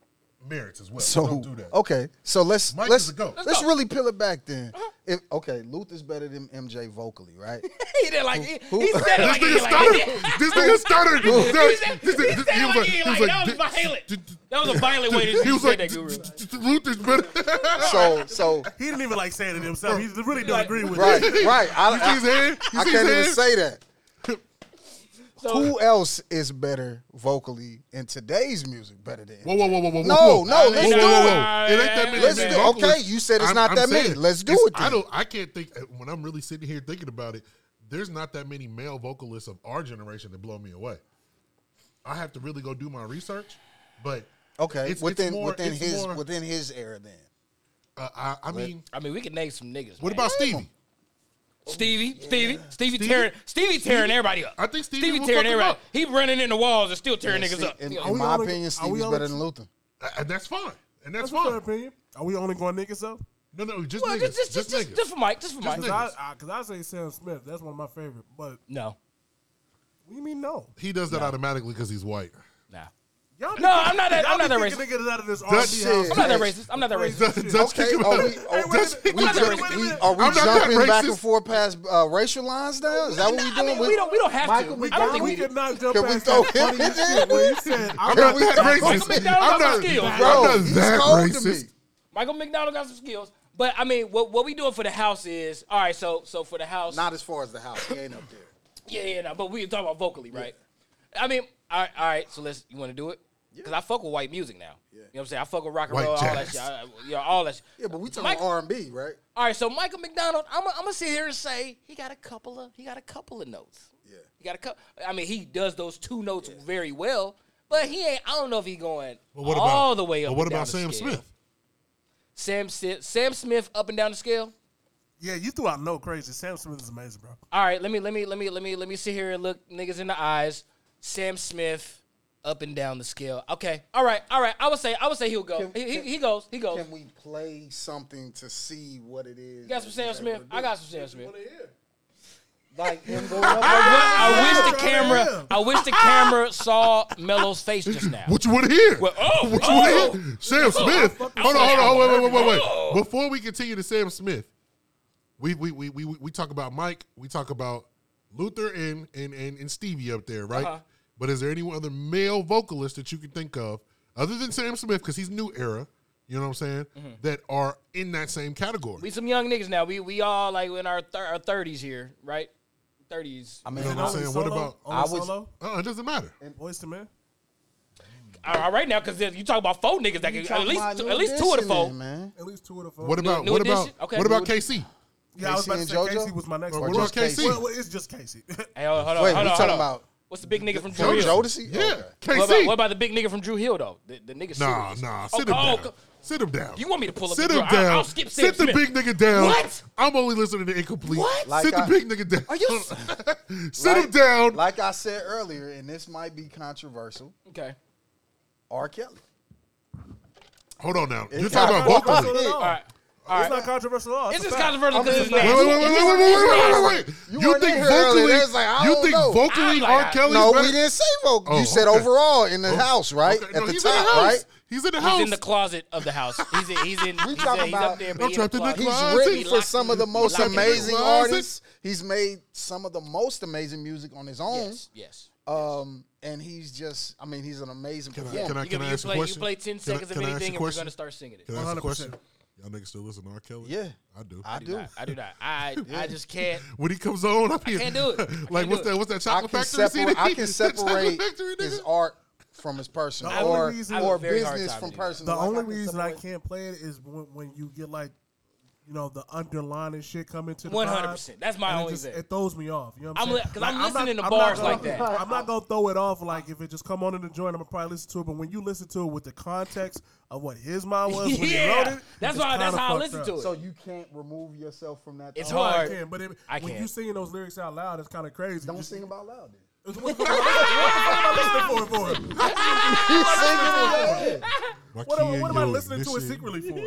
merits as well.
So
don't do that.
okay, so let's
Mike
let's
is a goat.
let's,
Let's go.
really peel it back then.
Uh-huh.
If okay, Luther's better than MJ vocally, right?
he did like he, he said
This nigga
it like he did like
stuttered.
that.
This nigga stuttered.
He said,
This- this-
he said
he was
like,
like-
he
he was like,
like, that was violent.
d- d-
That was a violent way to
He was
say
like,
that,
"D-
Guru.
d- d- d- Luther's better.
So so
He didn't even like saying it himself. He really don't
Right.
agree with
right
it.
right.
You see his
I,
hand?
I,
You
I
see his
can't even
hand?
say that.
So-
Who else is better vocally in today's music? Better than
Whoa, whoa, whoa, whoa, whoa,
No,
whoa.
no, let's
It ain't
do it.
that many.
Let's
many
do-
vocalists.
okay, you said it's not that many.
saying,
Let's do
it's-
it
I
then.
don't. I can't think when I'm really sitting here thinking about it. There's not that many male vocalists of our generation that blow me away. I have to really go do my research, but
Okay,
it's,
within
it's more,
within
it's
his
more,
within his era then.
Uh, I, I mean,
I mean, we could name some niggas.
what
man.
about Stevie?
Stevie, Stevie, Stevie tearing, Stevie tearing everybody up.
I think Stevie
Stevie
will
tearing
fuck him
everybody.
up.
He running in the walls and still tearing
And
niggas
see-
up.
In,
Yeah.
in
we
my
only- are
opinion,
we
Stevie's
only-
better than Luther.
And that's fine. And that's
That's my
fine.
opinion. Are we only going niggas up?
No, no, just
Well,
niggas.
just, just, just,
niggas.
just, just for Mike, just for Mike.
Because I, I, 'cause I say Sam Smith. That's one of my favorite. But
No,
what do you mean no?
he does that automatically because he's white.
nah.
Y'all be
No, I'm not that-
y'all
I'm
be
not that
kicking Niggas out of this
shit.
RC
I'm
house.
not that racist. I'm not that racist.
Dutch, Dutch
Okay,
kick him
are
out.
we, oh, are,
wait a
Dutch
minute.
kick
we,
him
not
out.
ju-
that racist.
Wait a
we-
minute.
are we
I'm not that
jumping back
racist.
and forth past uh, racial lines now? Is that what we
I
doing?
mean, we don't. We don't have
Michael
to.
McDonald-
I don't think
we
we do.
could not jump
Can we
past
throw
that
him
funny
in
shit when you said I'm
I'm not
not
that
talk-
racist.
Michael McDowell
I'm
got
not,
some skills,
I'm
bro.
not
he's
that
cold to me.
racist.
Michael McDonald got some skills, but I mean, what what we doing for the house is all right. So so for the house,
Not as far as the house. He ain't up there.
yeah, yeah, no, but we talking about vocally, right? I mean, all right, all right. So let's you want to do it because I fuck with white music now. You know what I'm saying? I fuck with rock and
White
roll, all that
jazz.
shit. I, I- yeah, all that shit.
Yeah, but we talking
Michael-
R and B, right?
All right, so Michael McDonald, I'm gonna sit here and say he got a couple of he got a couple of notes.
Yeah.
He got a couple. I mean, he does those two notes very well, but he ain't. I don't know if he going
But what
all
about,
the way up.
But what
and down
about
the
Sam
scale.
Smith?
Sam Si- Sam Smith up and down the scale.
Yeah, you threw out no crazy. Sam Smith is amazing, bro.
All right, let me let me let me let me let me sit here and look niggas in the eyes. Sam Smith up and down the scale. Okay. All right. All right. I would say I would say he'll go.
Can-
he, he,
can-
he goes. He goes.
Can we play something to see what it is?
You got some
that
Sam
he's able
Smith.
to do?
I got some Sam Smith.
like him going up.
I, wi- I wish the
right
camera.
here.
I wish the camera saw Melo's face just now.
What you want to hear?
Well, oh,
what you
oh.
want to hear? Sam Smith. Hold on, hold on, hold on, wait, wait, wait, wait, wait. Before we continue to Sam Smith, we we we we, we talk about Mike. We talk about Luther and and and, and Stevie up there, right? But is there any other male vocalist that you can think of other than Sam Smith because he's new era? You know what I'm saying? That are in that same category.
We some young niggas now. We we all like in our thir- our thirties here, right? Thirties.
I mean,
you know what I'm saying? What about?
Only
I was-
solo?
Uh, it doesn't matter.
Voice to man?
All right, right now, because you talk about four niggas that can at
talking
least
about
two,
New
at least two of the
Edition
four.
then, man.
At least two of the four.
What about
new
what about
edition? Okay.
what about KC?
yeah, I was
Casey
about to
and
say
JoJo?
Casey was my next
Or
one.
what about
just Casey?
KC?
Well, well, it's just Casey.
Hey, hold on,
Wait,
hold on, hold
we
on,
talking
hold on.
about
What's the big nigga from Drew
Jodeci?
Hill?
Jodeci?
Yeah, KC.
Okay.
Oh, What about, what about the big nigga from Drew Hill though? The, the nigga.
Nah,
serious.
nah,
Oh,
sit him
oh,
down.
co-
Sit him down.
You want me to pull up
Sit
the
him
girl? I-
down.
I'll skip Sam
Sit the
Smith.
big nigga down.
What?
I'm only listening to incomplete.
What?
sit
Like I-
the big nigga down.
Are you
sit him down.
Like I said earlier, and this might be controversial.
Okay.
R. Kelly.
Hold on now. You're
It's
talking
not
about
controversial
vocally.
It's
at
Wait,
all.
All right. All
It's
right.
not controversial at all.
It's
It's a
just
fact.
controversial
I'm
because it's
just saying.
not.
wait, wait, wait, wait, wait, wait, wait, wait, wait.
You
You
weren't in
think
here earlier.
vocally?
That's like, I
You
don't
think
know.
vocally?
I'm like, I-
R. Kelly?
No, we didn't say vocal.
Oh,
you said
okay. Oh,
overall in the house, right?
Okay,
At
no,
the
he's
top,
in the house.
right?
He's in the house.
He's in the closet of the house. He's in. He's in. He's,
talking
in, he's up
about-
there. But
I'm
he
trapped in the closet.
closet.
He's
Closet.
written
He
for
locked
some of the
in-
most
locked in the
amazing
closet.
artists. He's made some of the most amazing music on his own.
Yes. Yes.
Um, and he's just, I mean, he's an amazing
Can
performer.
I, can I,
You
can
can-
I
you
ask
play-
a
you
question?
play 10
Can I-
seconds of
can I ask
anything
a
and we're
question?
gonna start singing it.
Can I ask a
100%.
question? Y'all niggas still listen to R. Kelly?
Yeah.
I do.
I
I
do.
do not. I do not. I I just can't.
when he comes on up here.
can't do it. I
like
can't
what's
do it.
that? What's that
I
chocolate
can
factory? CD?
separate. I can
That Chocolate
separate
Factory,
his
nigga?
art from his person,
The
or
only reason- I have
or
a very hard
business
time
from
doing that.
person.
The
Like, I
only
can
reason I
separate-
can't play it is when, when you get like, you know, the underlying shit coming to the
100%.
vibe,
That's my
and it
only
just-
thing.
It throws me off. You know what
I'm
I'm
li-
saying?
'cause I'm listening to
not
bars
gonna-
like that.
I'm not gonna throw it off. Like if it just come on in the joint, I'm gonna probably listen to it. But when you listen to it with the context of what his mind was, when he
Yeah.
wrote it,
That's
it's
why- that's
kinda
how I
fucked
listen
up.
to it.
So you can't remove yourself from that.
It's
thought.
No, I
hard.
can, but it,
I
when you
can't.
singing those lyrics out loud, it's kind of crazy.
Don't
Just-
sing about loud. Then.
What the fuck am I listening for it for? What, am- what am I listening to it secretly for?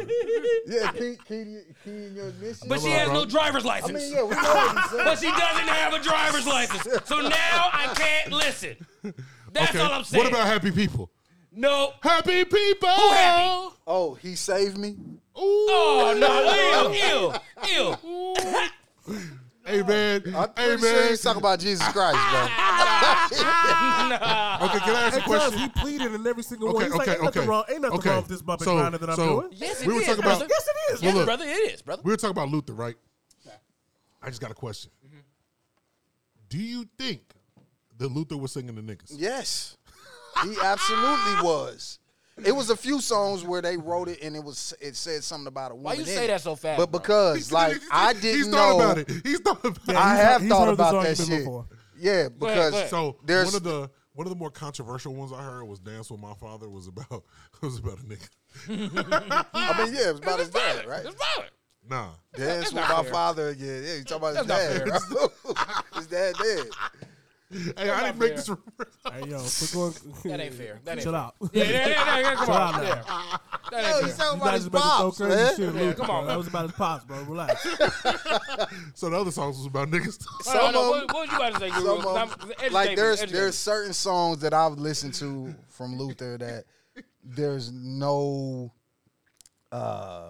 Yeah, key, key, key in your ignition.
But she
on,
has
bro.
no driver's
I
license.
mean, yeah, we know what he
But
said.
she doesn't have a driver's license. So now I can't listen. That's all I'm saying.
What about happy people?
no?
Happy people.
Who happy?
Oh, he saved me.
Oh no! Ew! Ew! Ew!
Hey man.
I'm
Hey
pretty sure
man.
he's talking about Jesus Christ, bro.
Nah.
Okay, can I ask a
At times
question?
he pleaded in every single
Okay,
one. He's like,
okay,
ain't nothing
okay.
wrong, ain't nothing
okay.
wrong with this bumping
so,
grinder that I'm
so
doing.
Yes, it
we were
is,
talking
brother.
about
Yes, it is.
Yes,
look.
brother, it is, brother.
we were talking about Luther, right? I just got a question.
Mm-hmm.
Do you think that Luther was singing the niggas?
Yes, he absolutely was. It was a few songs where they wrote it and it was it said something about a woman.
you
in
say
it.
that so fast,
But
bro?
because like I
He's
didn't
thought
know
about it. He's thought about it.
I
He's-
have
he's
thought
heard this
about that
argument
shit.
before.
Yeah, because
go ahead.
So
there's
one of the one of the more controversial ones I heard was "Dance with My Father" was about was about a nigga.
I mean, yeah, it was about his dad, right?
It's violent.
Nah.
Dance with my father again. Yeah, you talking about his dad. bro. his dad dead.
Hey, I didn't
not
make
fair.
this.
Hey, yo, quick one.
That ain't fair. That ain't
Chill
fair.
out.
Yeah, yeah, yeah, yeah, come
Chill out
on.
now.
Yeah. That ain't
Yo,
fair.
he's talking
You
about
guys
his
about
pops,
to throw crazy
man.
shit, Luke.
come on,
bro.
man.
That was about his pops, bro. Relax.
So the other songs was about niggas.
No, no,
Some of
no, what, what was you about to say, Guru?
Some of
I'm-
'em-
educate me,
like there's
educate
there's
me.
certain songs that I've listened to from Luther that there's no uh,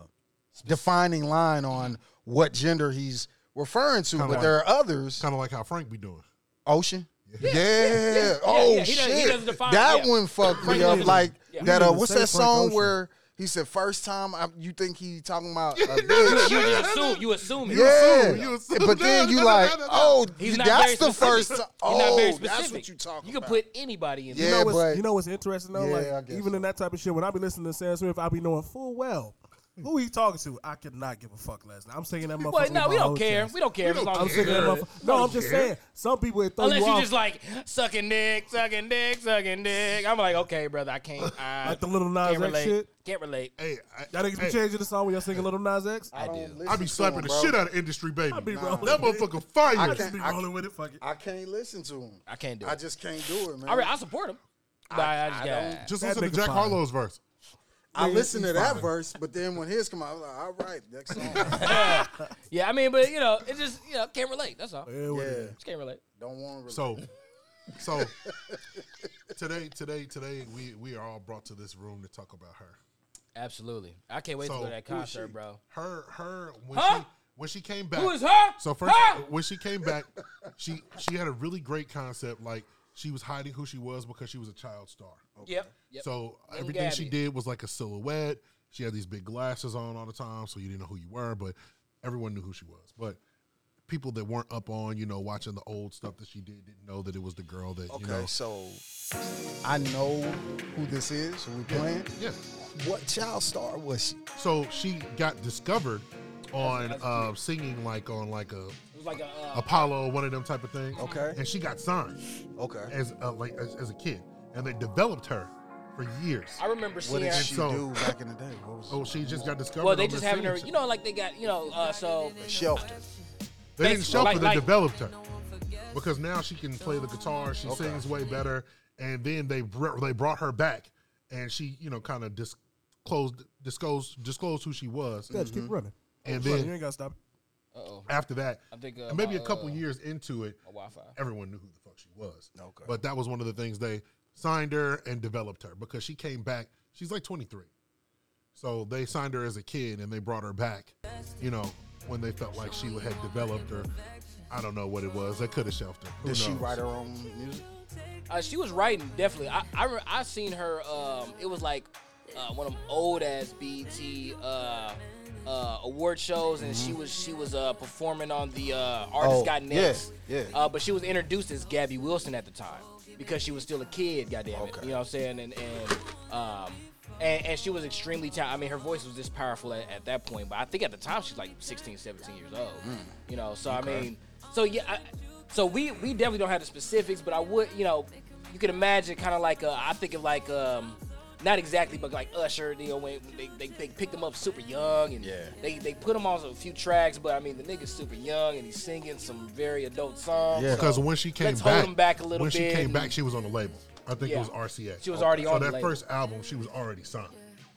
defining line on what gender he's referring to, but
like-
there are others.
kind of like how Frank be doing.
Ocean. Yeah.
yeah.
Oh
Yeah, he
shit.
doesn't- he doesn't define-
that
yeah.
one fucked me
Frank
up.
Ocean.
Like
Yeah.
that.
We
Uh,
didn't
what's
say
that
Frank
song
Ocean.
where he said first time? I, you think he talking about? A
You,
bitch?
you just assume. You assume it.
yeah.
assume, you assume.
But then you like, oh,
He's not very
that's the
specific.
first. Time.
He's not very
Oh,
specific.
that's what you talking.
You can
about.
put anybody in.
Yeah,
there.
know what's,
but-
you know what's interesting though?
Yeah, I
like
guess
even
so.
in that type of shit, when I be listening to Sam Smith, I be knowing full well
Hmm.
who he talking to. I could not give a fuck less. Now, I'm singing that motherfucker.
But
with
no,
my
we
whole
don't care.
chest.
We don't care. as long
I'm
as it's
singing that
good.
motherfucker. No, I'm just saying. Some people it throw
Unless
you
you
off.
just like sucking dick, sucking dick, sucking dick. I'm like, okay, brother, I can't. I
Like the Lil Nas
can't
X
relate.
shit?
Can't relate.
Hey, I,
Y'all niggas be
hey,
changing the song when y'all singing Little Nas X.
I
don't
do.
listen
I be
to
slapping
him,
the
bro.
shit out of industry, baby.
I be rolling.
That
with it.
motherfucker fire.
I just
can't-
be
I-
rolling with it. Fuck it.
I can't listen to him.
I can't do
I
it.
just can't do it, man.
I, re- I support him. But I, I just got.
Just
That
listen to
nigga
Jack
fire.
Harlow's verse.
I
Yeah,
listened
he's
to that
fine.
verse, but then when his come out, I was like, all right, next song.
Yeah, I mean, but you know, it just you know can't relate. That's all.
Yeah, what it
yeah,
is.
Just can't relate.
don't want to.
So, so today, today, today, we we are all brought to this room to talk about her.
Absolutely. I can't wait to
So
go to that
who is
concert,
she?
bro.
Her, her, when
Huh?
she when she came back,
Who is her?
So first,
Her?
when she came back, she she had a really great concept. Like she was hiding who she was because she was a child star.
Yep. yep.
So
Little
everything she
Gabby.
did was like a silhouette. She had these big glasses on all the time, so you didn't know who you were, but everyone knew who she was. But people that weren't up on, you know, watching the old stuff that she did didn't know that it was the girl that
Okay,
you know.
so I know who this is, who we playing.
Yeah.
What child star was she?
So she got discovered on uh, singing like on like a
It was like a.
Oh,
Uh,
Apollo, one of them type of things.
Okay.
And she got signed
Okay.
as a, like as, as a kid, and they developed her for years.
I remember
What
seeing.
did
her-
she
So-
do back in the day? What was
Oh, she just got discovered.
Well, they
on
just
the
having her,
singing
you know, like they got, you know, uh, so
shelter?
They didn't
Basically,
shelter,
like-
they
like-
developed her. Because now she can play the guitar, she sings way better, and then they br- they brought her back, and she you know kind of disclosed disclosed disclosed who she was,
Yeah, just
Mm-hmm.
keep running.
and
Keep running. you
then
ain't gotta stop.
after that,
I think, uh,
and maybe
my,
a couple
uh,
years into it,
Wi-Fi.
everyone knew who the fuck she was.
Okay.
But that was one of the things they signed her and developed her because she came back. She's like 23. So they signed her as a kid and they brought her back, you know, when they felt like she had developed her. I don't know what it was. They could have shelved her. Who
Did she
knows?
write her own music?
Uh, she was writing definitely. I I, re- I seen her. Um, it was like uh, one of them old ass BT uh, uh, award shows, and she was she was uh, performing on the uh, Artist
Mm-hmm. Oh,
Got
yeah,
Next.
yeah.
Uh, but she was introduced as Gabby Wilson at the time because she was still a kid. Goddamn it,
Okay.
you know what I'm saying? And and um. And, and she was extremely talented. I mean, her voice was just powerful at, at that point. But I think at the time she's like 16, 17 years old. You know, so I mean, so yeah, I, so we we definitely don't have the specifics, but I would, you know, you can imagine kind of like uh, I think of like um, not exactly, but like Usher, you know, when they, they, they picked him up super young and
Yeah.
they they put him on a few tracks, but I mean the nigga's super young and he's singing some very adult songs.
Yeah.
Because
so
when she came
let's
back,
hold him back a little
when she
bit
came
and-
back, she was on the label. I think
Yeah.
it was RCA.
She was already
so
on the
that
label.
first album, she was already signed.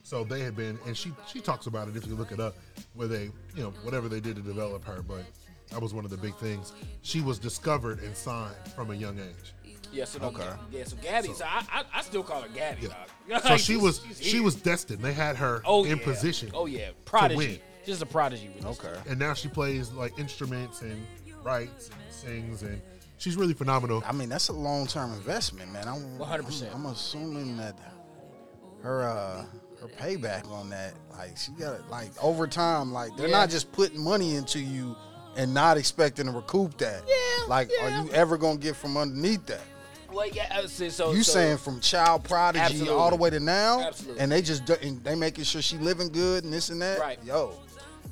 So they had been, and she she talks about it if you look it up, where they you know whatever they did to develop her, but that was one of the big things. She was discovered and signed from a young age.
yeah, so no,
Okay.
yeah, so Gabby, so, I, I I still call her Gabby. Dog.
So
Like,
she
Uh, she's-
was
she's
she
here.
was destined. They had her
oh
in
yeah.
position.
Oh yeah, prodigy,
win.
just a prodigy. with this
Okay.
And now she plays like instruments and writes and sings and she's really phenomenal.
I mean, that's a long term investment, man. I'm
100%.
I'm, I'm assuming that her uh, her payback on that, like she got to like over time, like they're
Yeah.
not just putting money into you and not expecting to recoup that.
Yeah,
Like,
yeah.
are you ever gonna get from underneath that?
Well, yeah, uh, so, so
You
so-
saying from child prodigy
Absolutely.
all the way to now,
Absolutely.
and they just do- and they making sure she living good and this and that.
Right.
Yo,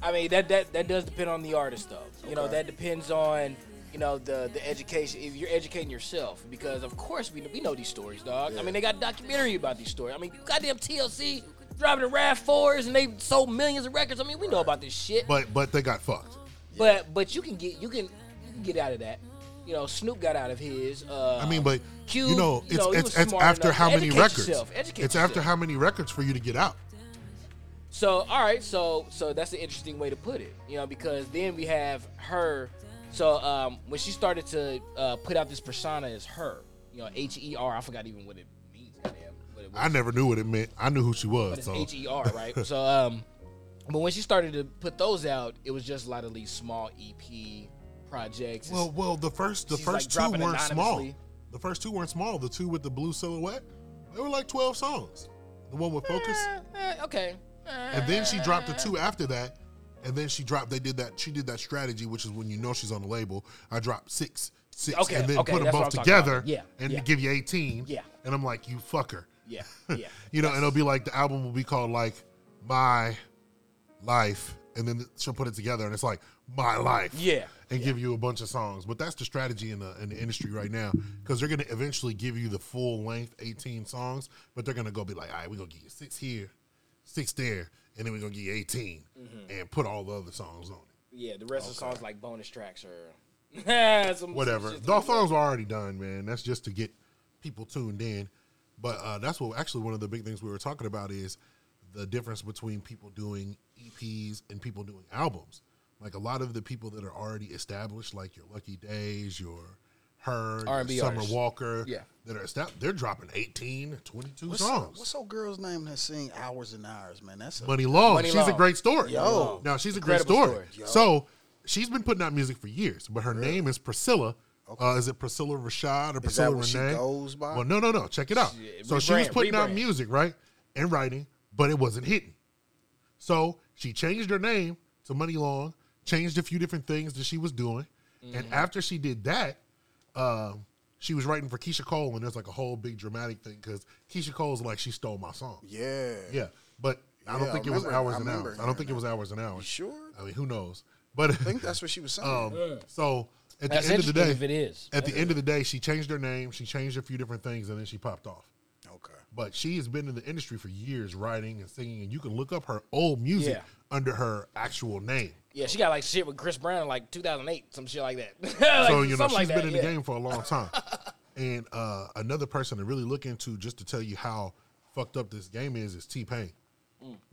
I mean that that that does depend on the artist though. You know
Okay.
that depends on you know the the education. If you're educating yourself, because of course we we know these stories, dog. I mean they got documentary about these stories. I mean goddamn TLC dropping the Rav Fours and they sold millions of records. I mean, we know about this shit.
But but they got fucked.
But but you can get you can, you can get out of that. You know, Snoop got out of his. Uh,
I mean, but
Cube,
you know, it's
you know, he
it's,
was
it's
smart
after
enough
how
to
many
educate
records.
yourself, educate
it's after
yourself.
how many records for you to get out.
So all right, so so that's an interesting way to put it, you know, because then we have her. So um, when she started to uh, put out this persona as her, you know, H E R. I forgot even what it means. Goddamn, what it was.
I never knew what it meant. I knew who she
but
was.
it's
So
H E R, right? so, um, but when she started to put those out, it was just a lot of these small EP projects.
well, well, the first the
She's, like,
first two
dropping
weren't small.
anonymously.
The first two weren't small. The two with the blue silhouette, they were like twelve songs. The one with focus,
Eh, eh, okay.
and then she dropped the two after that, and then she dropped. They did that. She did that strategy, which is when you know she's on the label. I dropped six, six,
Okay,
and then
okay,
put them
that's what
both
I'm talking about.
together,
Yeah,
and
yeah.
give you eighteen.
Yeah.
and I'm like, you fucker.
Yeah, yeah.
you know, and it'll be like the album will be called like My Life, and then she'll put it together, and it's like My Life,
Yeah,
and give you a bunch of songs. But that's the strategy in the in the industry right now because they're gonna eventually give you the full length eighteen songs, but they're gonna go be like, all right, we're gonna give you six here, six there, and then we're gonna give you 18
Mm-hmm.
and put all the other songs on it.
Yeah, the rest of the songs like bonus tracks or some
Whatever,
some shit.
those songs are already done, man. That's just to get people tuned in. But uh, that's what actually one of the big things we were talking about is the difference between people doing EPs and people doing albums. Like a lot of the people that are already established, like your Lucky Days, your Her, your
R&B
Summer
artists.
Walker,
Yeah.
that are established, they're dropping 18, 22
What's,
songs.
what's old girl's name that sing hours and hours, man? That's a,
Money Long,
Money
she's a
Long.
great story.
Yo.
Now, she's a great
Incredible
story. So she's been putting out music for years, but her name is Priscilla. Uh, is it Priscilla Rashad or Priscilla
Is that what she
Renee?
goes by?
Well, no, no, no. Check it out.
She-
so she was
rebrand,
putting out
rebrand.
music, right, and writing, but it wasn't hitting. So she changed her name to Money Long, changed a few different things that she was doing,
Mm-hmm.
and after she did that, um, she was writing for Keisha Cole, and there's like a whole big dramatic thing because Keisha Cole's like she stole my song.
yeah.
Yeah, but I
Yeah,
don't
I
think it was
remember-
hours
I
and
remember
hours. I don't think it
hearing
was hours and hours.
Sure.
I mean, who knows? But
I think that's what she was saying.
um, so at
That's
the end of the
interesting
day,
if it is.
at the end of the day, she changed her name. She changed a few different things, and then she popped off.
okay.
But she has been in the industry for years, writing and singing, and you can look up her old music
Yeah.
under her actual name.
Yeah, she got like shit with Chris Brown in like 2008, some shit like that.
so you know
she's
she's been in the game for a long time. and uh, another person to really look into, just to tell you how fucked up this game is, is T Pain.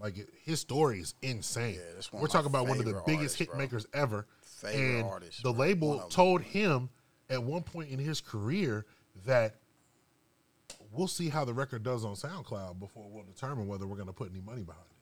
Like it- his story is insane.
that's one of
We're
my
talking about one of the
favorite
biggest
artists,
hit
bro.
makers ever.
Favorite
and
artist,
the
bro.
label
One of 'em.
told him at one point in his career that we'll see how the record does on SoundCloud before we'll determine whether we're going to put any money behind it.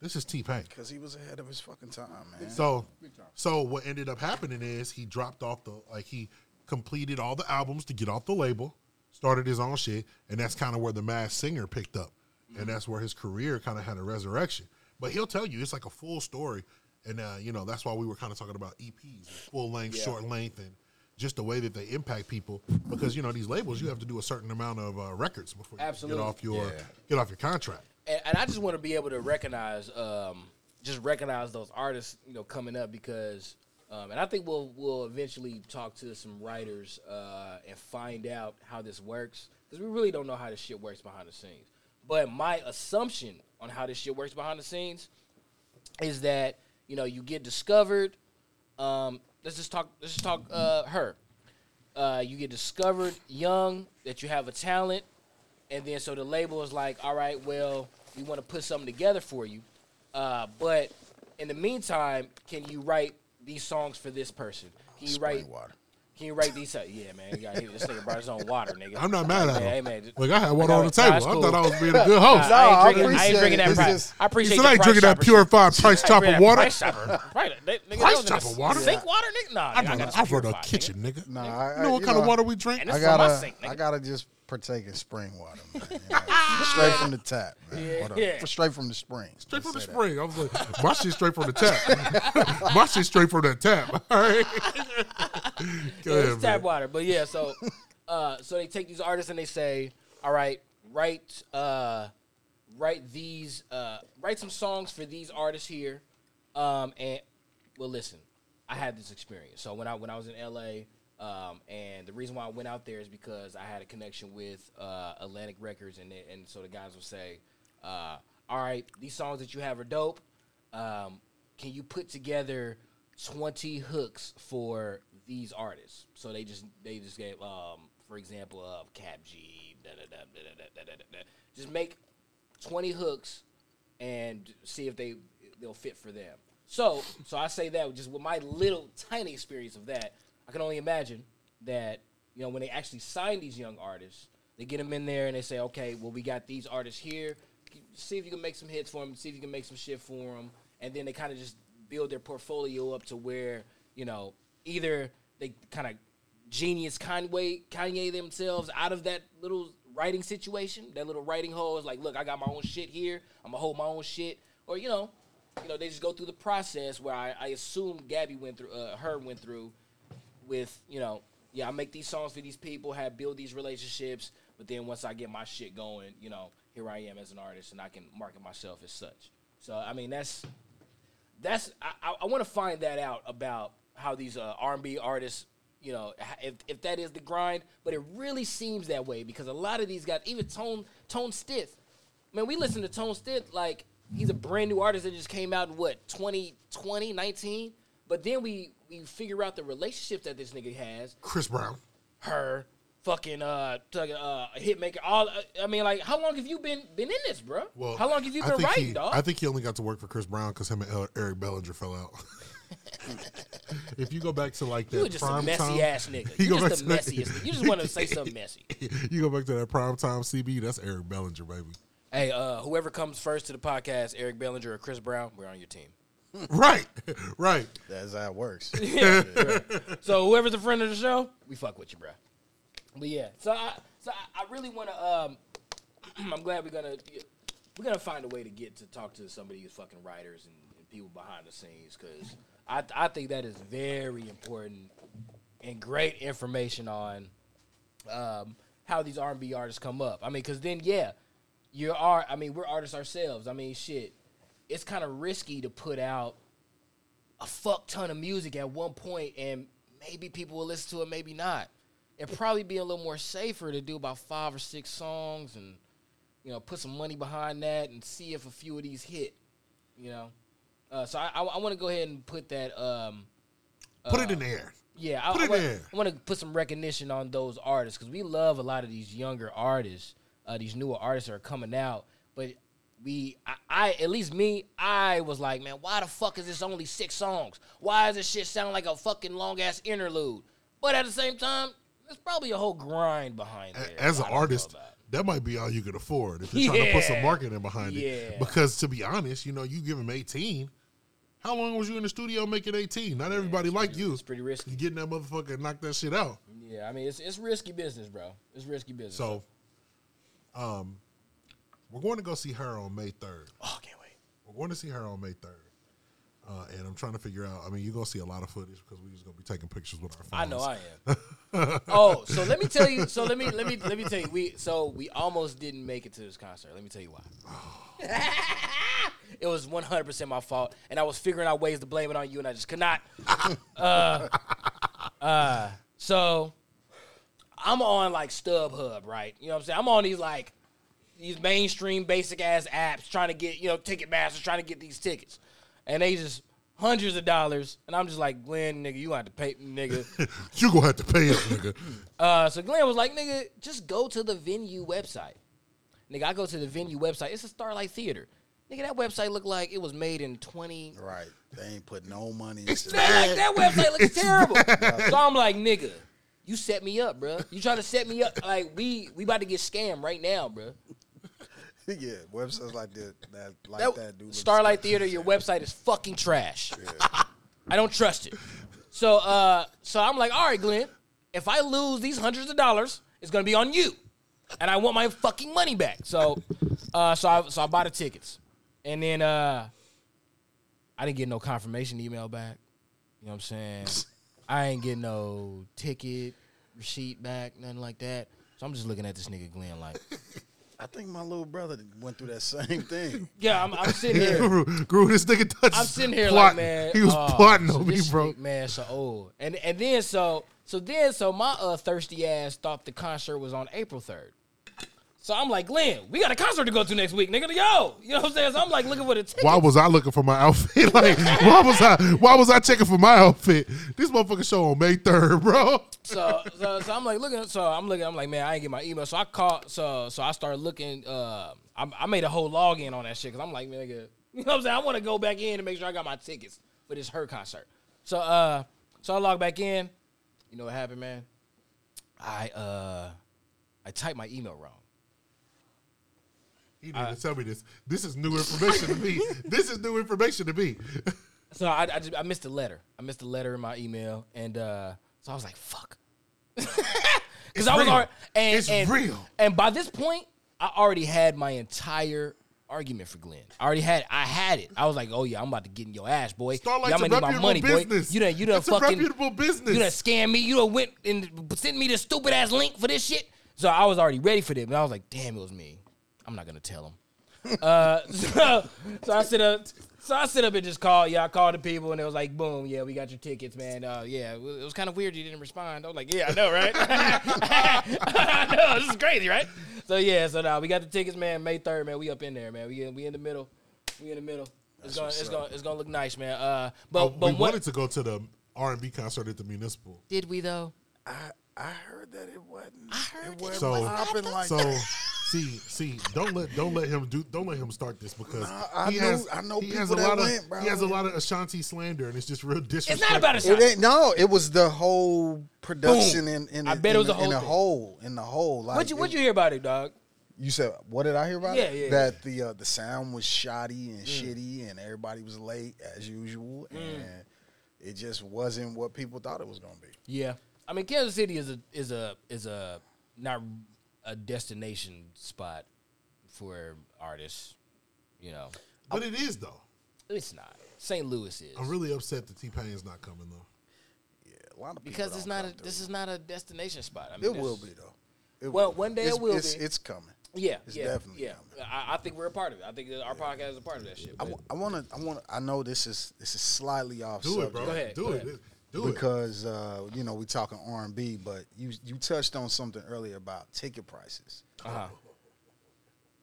This is T Pain.
Because he was ahead of his fucking time, man.
So, so what ended up happening is he dropped off the like he completed all the albums to get off the label, started his own shit, and that's kind of where the Masked Singer picked up, and that's where his career kind of had a resurrection. But he'll tell you it's like a full story, and uh, you know that's why we were kind of talking about EPs, full length, short length, and just the way that they impact people because you know these labels you have to do a certain amount of uh, records before you
Absolutely.
get off your get off your contract.
and, and I just want to be able to recognize, um, just recognize those artists, you know, coming up because, um, and I think we'll we'll eventually talk to some writers uh, and find out how this works because we really don't know how this shit works behind the scenes. But my assumption on how this shit works behind the scenes is that you know you get discovered. Um, let's just talk. Let's just talk uh, her. Uh, you get discovered young that you have a talent, and then so the label is like, all right, well, we want to put something together for you, uh, but in the meantime, can you write these songs for this person? Can you write?
water.
Can you write these? uh, Yeah, man, you got to hear this nigga brought his own water, nigga.
I'm not mad at
Hey,
him.
hey, man, just-
like I had one
I
on the
got it. Nah,
table.
it's
I
cool.
thought I was being a good host.
Nah, I,
I
ain't drinking, I, ain't
appreciate
drinking
it.
that.
It's
Pri-
just-
I appreciate.
you
the
said I ain't
price
drinking that
chopper
pure
shit.
five price
I ain't drinking
chopper
that
water.
Price chopper. Right, they- nigga,
Price
those niggas-
chopper water?
Sink water, nigga. Nah,
I
nigga, I
run,
got
I run a
purified, nigga.
kitchen, nigga.
Nah, I,
You know what kind of water we drink?
And
I,
it's
I
from my
gotta,
sink, nigga.
I gotta just partake in spring water, man. you know. straight from the tap, man. Or the-
Yeah.
Straight from the spring.
straight from the spring. I was like, my shit straight from the tap. my shit straight from the tap. All right. Go
Yeah, it's
ahead,
tap
man.
water, but yeah. So, uh, so they take these artists and they say, "All right, write, uh, write these, uh, write some songs for these artists here." Um, and well, listen, I had this experience. So when I when I was in LA, um, and the reason why I went out there is because I had a connection with uh, Atlantic Records, and they- and so the guys would say, uh, "All all right, these songs that you have are dope. Um, can you put together twenty hooks for these artists? So they just they just gave um, for example of Cap G, da, da, da, da, da, da, da, da, da. just make twenty hooks and see if they they'll fit for them. So so I say that just with my little tiny experience of that, I can only imagine that you know when they actually sign these young artists, they get them in there and they say, okay, well we got these artists here. See if you can make some hits for them. See if you can make some shit for them, and then they kind of just build their portfolio up to where you know either they kind of genius Conway Kanye themselves out of that little writing situation, that little writing hole. Is like, look, I got my own shit here. I'm gonna hold my own shit, or you know, you know, they just go through the process where I, I assume Gabby went through, uh, her went through, with you know, yeah, I make these songs for these people, have build these relationships, but then once I get my shit going, you know, here I am as an artist, and I can market myself as such. So I mean, that's that's I, I, I want to find that out about how these uh, R&B artists, you know, h- if, if that is the grind. But it really seems that way because a lot of these guys, even Tone Tone Stith, man, we listen to Tone Stith like he's a brand new artist that just came out in what 2020, 19. But then we we figure out the relationship that this nigga has
Chris Brown.
her fucking uh, fucking, uh hitmaker all uh, i mean like how long have you been been in this bro
Well,
how long have you
I
been
think
writing
he,
dog
I think he only got to work for Chris Brown because him and El- Eric Bellinger fell out. if you go back to like that
you were just a
prime
messy
time,
ass nigga.
He
You
go
just the
back to-
messiest. nigga. You just want to say something messy.
you go back to that prime time CB. That's Eric Bellinger, baby.
Hey, uh, whoever comes first to the podcast, Eric Bellinger or Chris Brown, we're on your team.
right, right.
That's how it works.
So whoever's a friend of the show, we fuck with you, bro. But yeah, so I, so I, I really want to. Um, I'm glad we're gonna we're gonna find a way to get to talk to somebody who's fucking writers and, and people behind the scenes because I I think that is very important and great information on um, how these R&B artists come up. I mean, because then yeah, you are. I mean, we're artists ourselves. I mean, shit, it's kind of risky to put out a fuck ton of music at one point, and maybe people will listen to it, maybe not. It'd probably be a little more safer to do about five or six songs, and you know, put some money behind that, and see if a few of these hit. You know, uh, so I, I, want to go ahead and put that. Um,
Put
Uh,
it in the air.
yeah, I,
Put it
I,
there.
want to put some recognition on those artists because we love a lot of these younger artists. Uh, these newer artists that are coming out, but we, I, I, at least me, I was like, man, why the fuck is this only six songs? Why does this shit sound like a fucking long ass interlude? But at the same time, there's probably a whole grind behind it.
As an artist, that might be all you could afford if you're trying to put some
Yeah.
marketing behind
Yeah.
it. Because to be honest, you know, you give him 18. How long was you in the studio making 18? Not everybody like you.
it's pretty risky.
You getting that motherfucker and knock that shit out.
yeah, I mean, it's it's risky business, bro. It's risky business.
So, um, we're going to go see her on May 3rd.
oh, I can't wait.
We're going to see her on May 3rd. Uh, and I'm trying to figure out. I mean, you're gonna see a lot of footage because we're just gonna be taking pictures with our phones.
I know I am. oh, so let me tell you. So let me let me let me tell you. We so we almost didn't make it to this concert. Let me tell you why. it was one hundred percent my fault, and I was figuring out ways to blame it on you, and I just could not. Uh, uh, so I'm on like StubHub, right? You know what I'm saying? I'm on these like these mainstream basic ass apps trying to get you know Ticketmaster trying to get these tickets, and they just hundreds of dollars, and I'm just like Glenn, nigga, you gonna have to pay, nigga.
you gonna have to pay us, nigga.
Uh, so Glenn was like, nigga, just go to the venue website. Nigga, I go to the venue website. It's a Starlight Theater. Nigga, that website looked like it was made in 20.
right. They ain't put no money
It's
into
Man,
it.
like, that website looks terrible. so I'm like, nigga, you set me up, bruh. You trying to set me up. Like, we we about to get scammed right now, bruh.
yeah, websites like that, that like that,
That-
dude. looks
Starlight
good.
Theater, your website is fucking trash. I don't trust it. So uh, so I'm like, all right, Glenn, if I lose these hundreds of dollars, it's gonna be on you, and I want my fucking money back. So uh, so I so I bought the tickets, and then uh, I didn't get no confirmation email back. You know what I'm saying? I ain't getting no ticket receipt back, nothing like that. So I'm just looking at this nigga Glenn like,
I think my little brother went through that same thing.
yeah, I'm, I'm sitting here.
grew, grew this nigga touch.
I'm sitting here
plotting.
like, man,
he was
oh,
plotting
so
on me,
this
bro.
shit, man, so old. And and then so so then so my uh, thirsty ass thought the concert was on April third. So I'm like, Glenn, we got a concert to go to next week, nigga. Yo, you know what I'm saying? So I'm like looking for the ticket.
Why was I looking for my outfit? like, why was I? Why was I checking for my outfit? This motherfucking show on May third, bro.
so, so, so I'm like looking. So I'm looking. I'm like, man, I ain't get my email. So I called. So, so I started looking. Uh, I, I made a whole login on that shit because I'm like, man, nigga, you know what I'm saying? I want to go back in and make sure I got my tickets for this her concert. So, uh, so I log back in. You know what happened, man? I uh, I typed my email wrong.
He
Uh,
didn't even tell me this. This is new information to me. This is new information to me.
So I, I, just, I missed a letter. I missed a letter in my email, and uh, so I was like, "Fuck," because I was
real.
already and,
It's
and-
real.
And by this point, I already had my entire argument for Glenn. I already had, I had it. I was like, "Oh yeah, I'm about to get in your ass, boy.
Starlight's
Y'all
a
might need my
reputable
money,
business.
boy. You done, you done
it's a
fucking,
reputable business.
you done scammed me. You done went and sent me this stupid ass link for this shit." So I was already ready for this, but I was like, "Damn, it was me. I'm not gonna tell him." Uh, so, so I sit up. So I sit up and just called. Yeah, I called the people, and it was like, "Boom, yeah, we got your tickets, man." Uh, yeah, it was kind of weird you didn't respond. I was like, "Yeah, I know, right? I know, this is crazy, right?" So yeah, so now we got the tickets, man. May third, man. We up in there, man. We in, we in the middle. We in the middle. It's gonna it's gonna it's gonna look nice, man. Uh, but
Oh, we
but what
wanted to go to the R and B concert at the municipal.
did we though?
I heard that it wasn't.
So
popping like
so. See, see, don't let don't let him do don't let him start this because
I
he
know-
has
I know
he has a
people that
lot
went,
of
bro.
he has a lot of Ashanti slander and it's just real disrespect.
It's not about a
It ain't no. It was the whole production in,
Boom.
in.
I bet it was
in
the whole
in a
thing.
whole in the whole. Like
What you what
it-
you hear about it, dog?
You said what did I hear about it?
Yeah, Mm. yeah,
that the uh, the sound was shoddy and shitty, and everybody was late as usual,
Mm.
and it just wasn't what people thought it was gonna be.
Yeah, I mean Kansas City is a is a is a not a destination spot for artists. You know,
but it is though.
it's not. St. Louis is
I'm really upset that T Pain's not coming though.
Yeah, a lot of people
because it's
don't
not a
come through.
this is not a destination spot. I mean,
It
this-
will be though. It
Well,
be.
one day it
It's-
will
it's,
be.
It's coming.
Yeah,
It's
yeah,
definitely
yeah. I, I think we're a part of it. I think that our podcast is a part of that shit.
I
but-
want to. I want. I know this is this is slightly off
Do it,
subject
bro.
Go ahead,
do
go
it.
ahead.
Do it.
because uh, you know we talking R and B, but you you touched on something earlier about ticket prices.
uh-huh.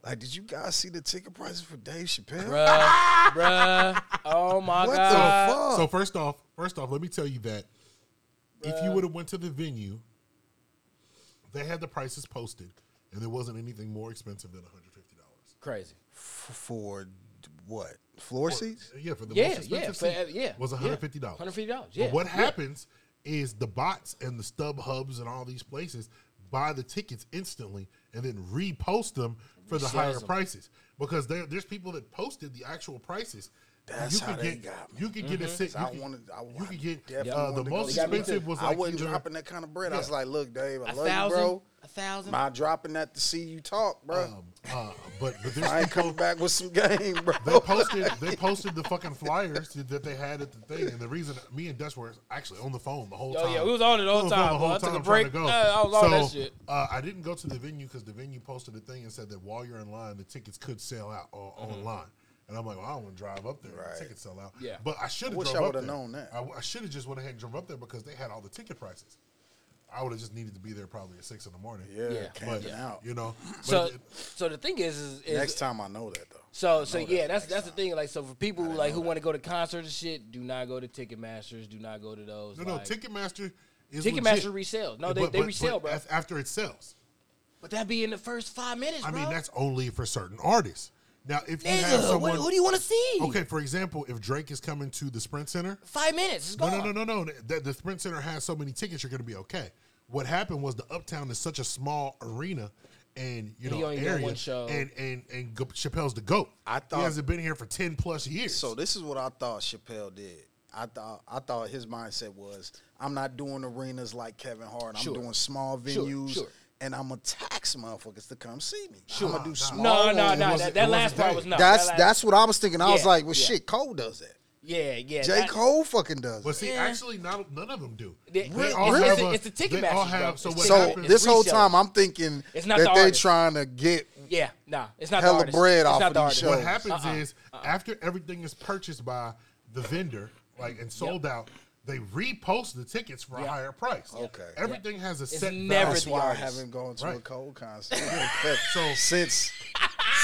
Like, did you guys see the ticket prices for Dave Chappelle?
bruh, bruh. Oh my
What the
god.
fuck?
So first off, first off, let me tell you that if you would have went to the venue, they had the prices posted, and there wasn't anything more expensive than one hundred fifty dollars.
Crazy.
F- for d- what floor seats?
Yeah, for the
Yeah,
most
yeah,
expensive
for-
seat
yeah,
was
yeah.
one hundred fifty dollars.
$150,
But
yeah,
what
yeah.
happens is the bots and the stub hubs and all these places buy the tickets instantly and then repost them for the
Resells
higher
them.
prices because there, there's people that posted the actual prices.
That's
you
how
could
they
get
got me.
you could get a sit.
So
you
I
could-
wanted. I,
you
I
could get
definitely
uh, the
wanted to go
most
see it.
expensive was
I
like
wasn't
either-
dropping that kind of bread. I was
Yeah.
like, look, Dave, I
A
love
thousand.
you, bro.
A thousand.
My dropping that to see you talk, bro.
Uh, but but there's
I ain't
people-
coming back with some game, bro.
they posted they posted the fucking flyers that they had at the thing, and the reason me and Dutch were actually on the phone the whole
Oh,
time.
yeah, we was on it the whole
We was on
time, boy. I took a
trying to
break.
go.
Uh, I was on that
So,
shit.
Uh, I didn't go to the venue because the venue posted a thing and said that while you're in line, the tickets could sell out o-
Mm-hmm.
online. And I'm like, well, I don't want to drive up there. and
Right.
The tickets sell out.
Yeah.
But I should have.
Wish I
would have
would've known that.
I, should have just went ahead and drove up there because they had all the ticket prices. I would have just needed to be there probably at six in the morning.
yeah,
Yeah.
camping
But
out.
you know,
So,
but it-
so the thing is, is, is
Next time I know that though.
So so yeah, that's that's the thing. Like so for people who like who want to go to concerts and shit, do not go to Ticketmasters. Do not go to those.
No, no,
like-
Ticketmaster is
Ticketmaster
legit.
resells. No, Oh, they- they resell, bro.
af- After it sells,
But that be in the first five minutes.
I
bro.
mean that's only for certain artists. Now, if you have
Nigga,
someone,
what, who do you want to see?
okay, for example, if Drake is coming to the Sprint Center,
Five minutes. It's
no,
gone.
no, no, no, no, the, the Sprint Center has so many tickets, you're going to be okay. What happened was the Uptown is such a small arena, and you know
He only got
area,
one show.
and and and G- Chappelle's the goat.
I
he
thought-
hasn't been here for ten plus years.
So this is what I thought Chappelle did. I thought I thought his mindset was I'm not doing arenas like Kevin Hart. I'm
Sure.
doing small
Sure,
venues
sure.
and I'm gonna tax motherfuckers to come see me. Sure. I'm gonna do small.
No, no,
ones.
no,
wasn't-
that,
it
that last
wasn't
part
that.
was not.
That's
that last-
that's what I was thinking. I was
Yeah,
like, well,
yeah.
shit, Cole does that.
yeah, yeah.
J
that-
Cole fucking does
But
it.
see, actually, not, none of them do. They
They- it's-
all
it's-
have
it's-
a-
it's the
they
Ticketmaster,
all
bro.
have- So
It's
what
Ticketmaster.
So
happened?
It's
this whole
reselling.
time I'm thinking
It's not
that
the
they
artist.
trying to get
Yeah, nah, it's not
Hella
the artist.
bread
it's
off
not
of
the
these
artist.
shows.
what happens is after everything is purchased by the vendor like and sold out they repost the tickets for a higher price.
Okay.
Everything has a set
never
value.
That's
the
why I
artist.
haven't gone to a
Right.
Cole concert. so since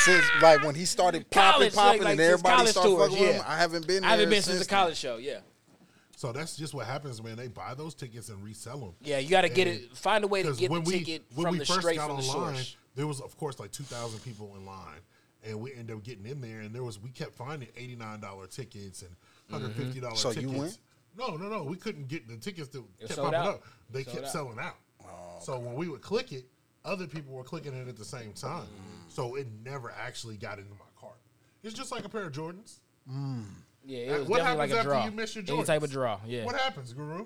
since like when he started popping,
College, like-
popping,
like
and
since
everybody
college
started
tours,
fucking with him,
yeah.
I haven't been.
I haven't
there
been since the
then.
college show. Yeah,
So that's just what happens, man. They buy those tickets and resell them.
yeah. You got to get it. Find a way to
Because
get the
when we
ticket
when
from
we
the
first
straight
got
from the
online,
source.
there was of course like two thousand people in line, and we ended up getting in there, and there was we kept finding eighty nine dollar tickets and hundred fifty dollar
Mm-hmm. So you
tickets.
went?
No, no, no. We couldn't get the tickets that kept
sold
popping
out.
up. They kept
out.
selling out.
Oh,
So when we would click it, other people were clicking it at the same time.
Mm.
So it never actually got into my cart. It's just like a pair of Jordans.
Yeah, it was
what
definitely like
happens
a
after
draw.
you miss your
Any
Jordans?
type of draw. Yeah,
What happens, Guru?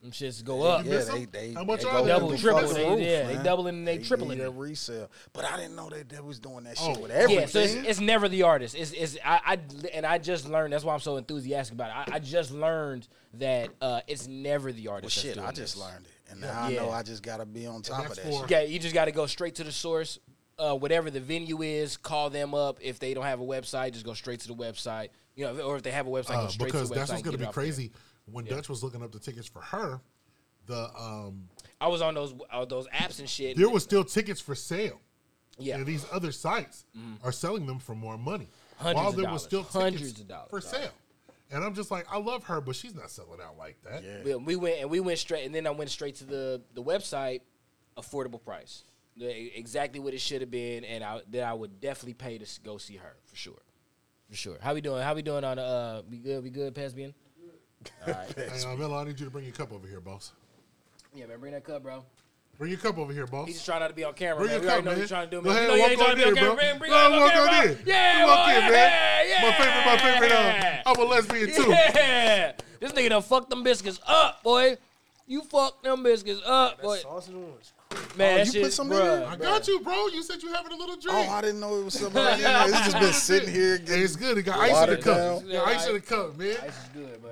them shits go up.
You
Yeah,
miss
they
them?
they
How much
they
are
go
they?
Double,
through the
triple,
fucking
they-
roof,
yeah, they
man.
doubling and they tripling
do that
it.
resale. But I didn't know that they was doing that shit
Oh.
with
Yeah,
everything.
Yeah, so it's, it's never the artist. It's, it's I, I and I just learned. That's why I'm so enthusiastic about it. I, I just learned that uh, it's never the artist. that's
shit,
doing
I just
this.
learned it, and now I
Yeah.
know I just gotta be on top of
that's
that.
for-
shit.
Yeah, you just got to go straight to the source. Uh, whatever the venue is, call them up. If they don't have a website, just go straight to the website. You know, or if they have a website, go
Uh,
straight
because
to the website.
that's what's
and get
going to be
it out there.
crazy. When Dutch was looking up the tickets for her, the um,
I was on those uh, those apps and shit.
there was still tickets for sale.
yeah, Mm-hmm.
And these other sites are selling them for more money.
Hundreds
while
of
there
dollars.
was still tickets
Hundreds of dollars,
for
dog.
sale. And I'm just like, I love her, but she's not selling out like that.
Yeah.
we, we went and we went straight, and then I went straight to the the website, affordable price, The- e, exactly what it should have been, and I that I would definitely pay to s- go see her for sure, for sure. How we doing? How we doing on the, uh? We good? We good? Pesbian?
Hey, uh, Melo, I need you to bring your cup over here, boss.
Yeah, man, bring that cup, bro.
Bring your cup over here, boss.
He's just trying not to be on camera,
Bring
man.
your
We already
cup,
know
man.
he's trying to do,
Go
man.
ahead,
we know
walk
you ain't trying
on
to be on
in,
camera.
bro.
Man, bring
Go ahead,
him
walk
on
on
camera.
in.
Yeah,
Walk
boy,
in, man.
yeah,
My favorite, my favorite.
yeah.
Uh, I'm a lesbian too.
Yeah. This nigga done fucked them biscuits up, boy. You fucked them biscuits up, boy.
Sausage one was crazy.
Man,
Oh,
that
you
shit-
put some in
bruh.
there?
I got you, bro. You said you having a little drink.
Oh, I didn't know it was something. like that. It's just been sitting here.
Yeah, it's good. It got ice in
watered
the cup.
down.
Yeah, ice in the cup, man.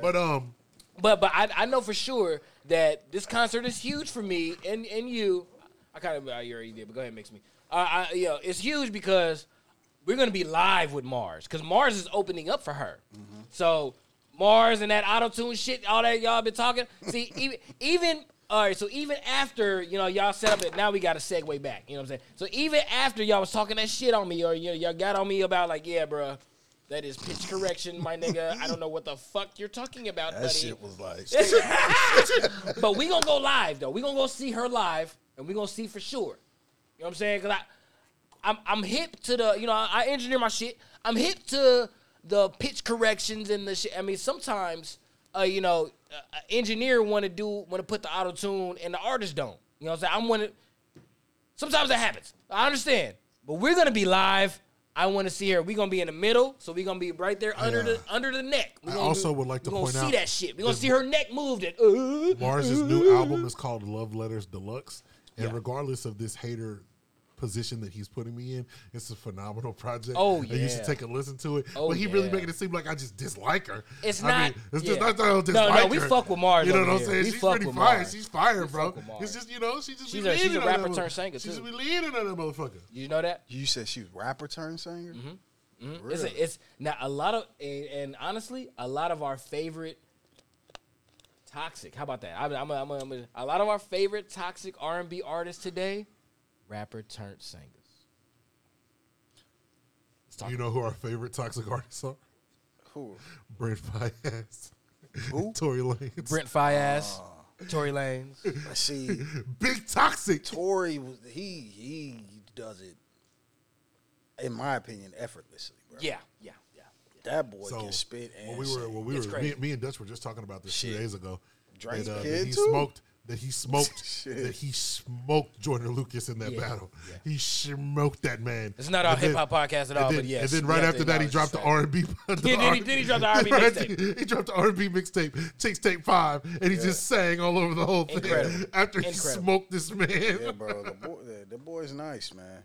But um,
But but I, I know for sure that this concert is huge for me and and you. I kind of you already did, but go ahead, and mix me. Uh, I, you know, it's huge because we're gonna be live with Mars because Mars is opening up for her.
Mm-hmm.
So Mars and that auto tune shit, all that y'all been talking. See, even even all right. So even after you know y'all set up it, now we got to segue back. You know what I'm saying? So even after y'all was talking that shit on me, or you know, y'all got on me about like, yeah, bruh. That is pitch correction, my nigga. I don't know what the fuck you're talking about,
That
buddy.
shit was like
But we gonna go live though. We gonna go see her live, and we gonna see for sure. You know what I'm saying? Cause I, I'm I'm hip to the you know I, I engineer my shit. I'm hip to the pitch corrections and the shit. I mean sometimes uh you know uh, engineer want to do want to put the auto tune and the artist don't. You know what I'm saying? I'm want to. Sometimes that happens. I understand, but we're gonna be live. I want to see her. We gonna be in the middle, so we gonna be right there under
Yeah.
the under the neck. We
I
gonna
also would like to
we gonna
point
see
out
that shit. We gonna
that-
see her neck moved. And, uh,
Mars's new album is called Love Letters Deluxe. And regardless of this hater position that he's putting me in, it's a phenomenal project.
Oh,
And you should
yeah.
take a listen to it.
Oh,
but he really
yeah.
making it seem like I just dislike her.
It's
I
not-
Mean, it's just
yeah.
not that I don't
No, no,
dislike
we
her.
fuck with Mars
You know
over
what I'm
here.
saying?
We
she's
fuck
pretty
with
fire.
Mars.
She's fire,
We
bro.
fuck with Mars.
It's just, you know, she just
She's
be
a- she's
leaning
a
on that
rapper
mother-
turned singer,
She's
too.
be leaning on that motherfucker.
You know that?
you said she was rapper turned singer.
Mm-hmm.
Really?
It's a, it's now a lot of and, and honestly, a lot of our favorite toxic. How about that? I'm, I'm, I'm, I'm, a lot of our favorite toxic R and B artists today, rapper turned singers. Let's talk
You know who our favorite toxic artists are?
Who?
Brent Fias. Who? Tory Lanez.
Brent Fias,
Ah.
Tory Lanez.
See,
Big toxic.
Tory was he he does it, in my opinion, effortlessly, bro.
Yeah, yeah, yeah.
That boy
So
can spit and
when we were when we
It's
were
crazy.
me, me and Dutch were just talking about this two
Shit.
days ago.
Drake's
that, uh, that
kid,
he
too?
smoked that he smoked
Shit.
that he smoked Jordan Lucas in that
Yeah,
battle.
yeah.
He smoked that man.
It's not our
And then-
hip hop podcast at all,
and
but
then,
yes.
and then
we
right
have to
after that, he
acknowledge
dropped the
this
R and B.
Yeah, then he- then he dropped the R&B mixtape.
He dropped the R and B mixtape, Chicks Tape Five, and he just sang all over the whole thing
Incredible.
after he
Incredible.
smoked this man.
yeah, bro. The boy, the, the boy's nice, man.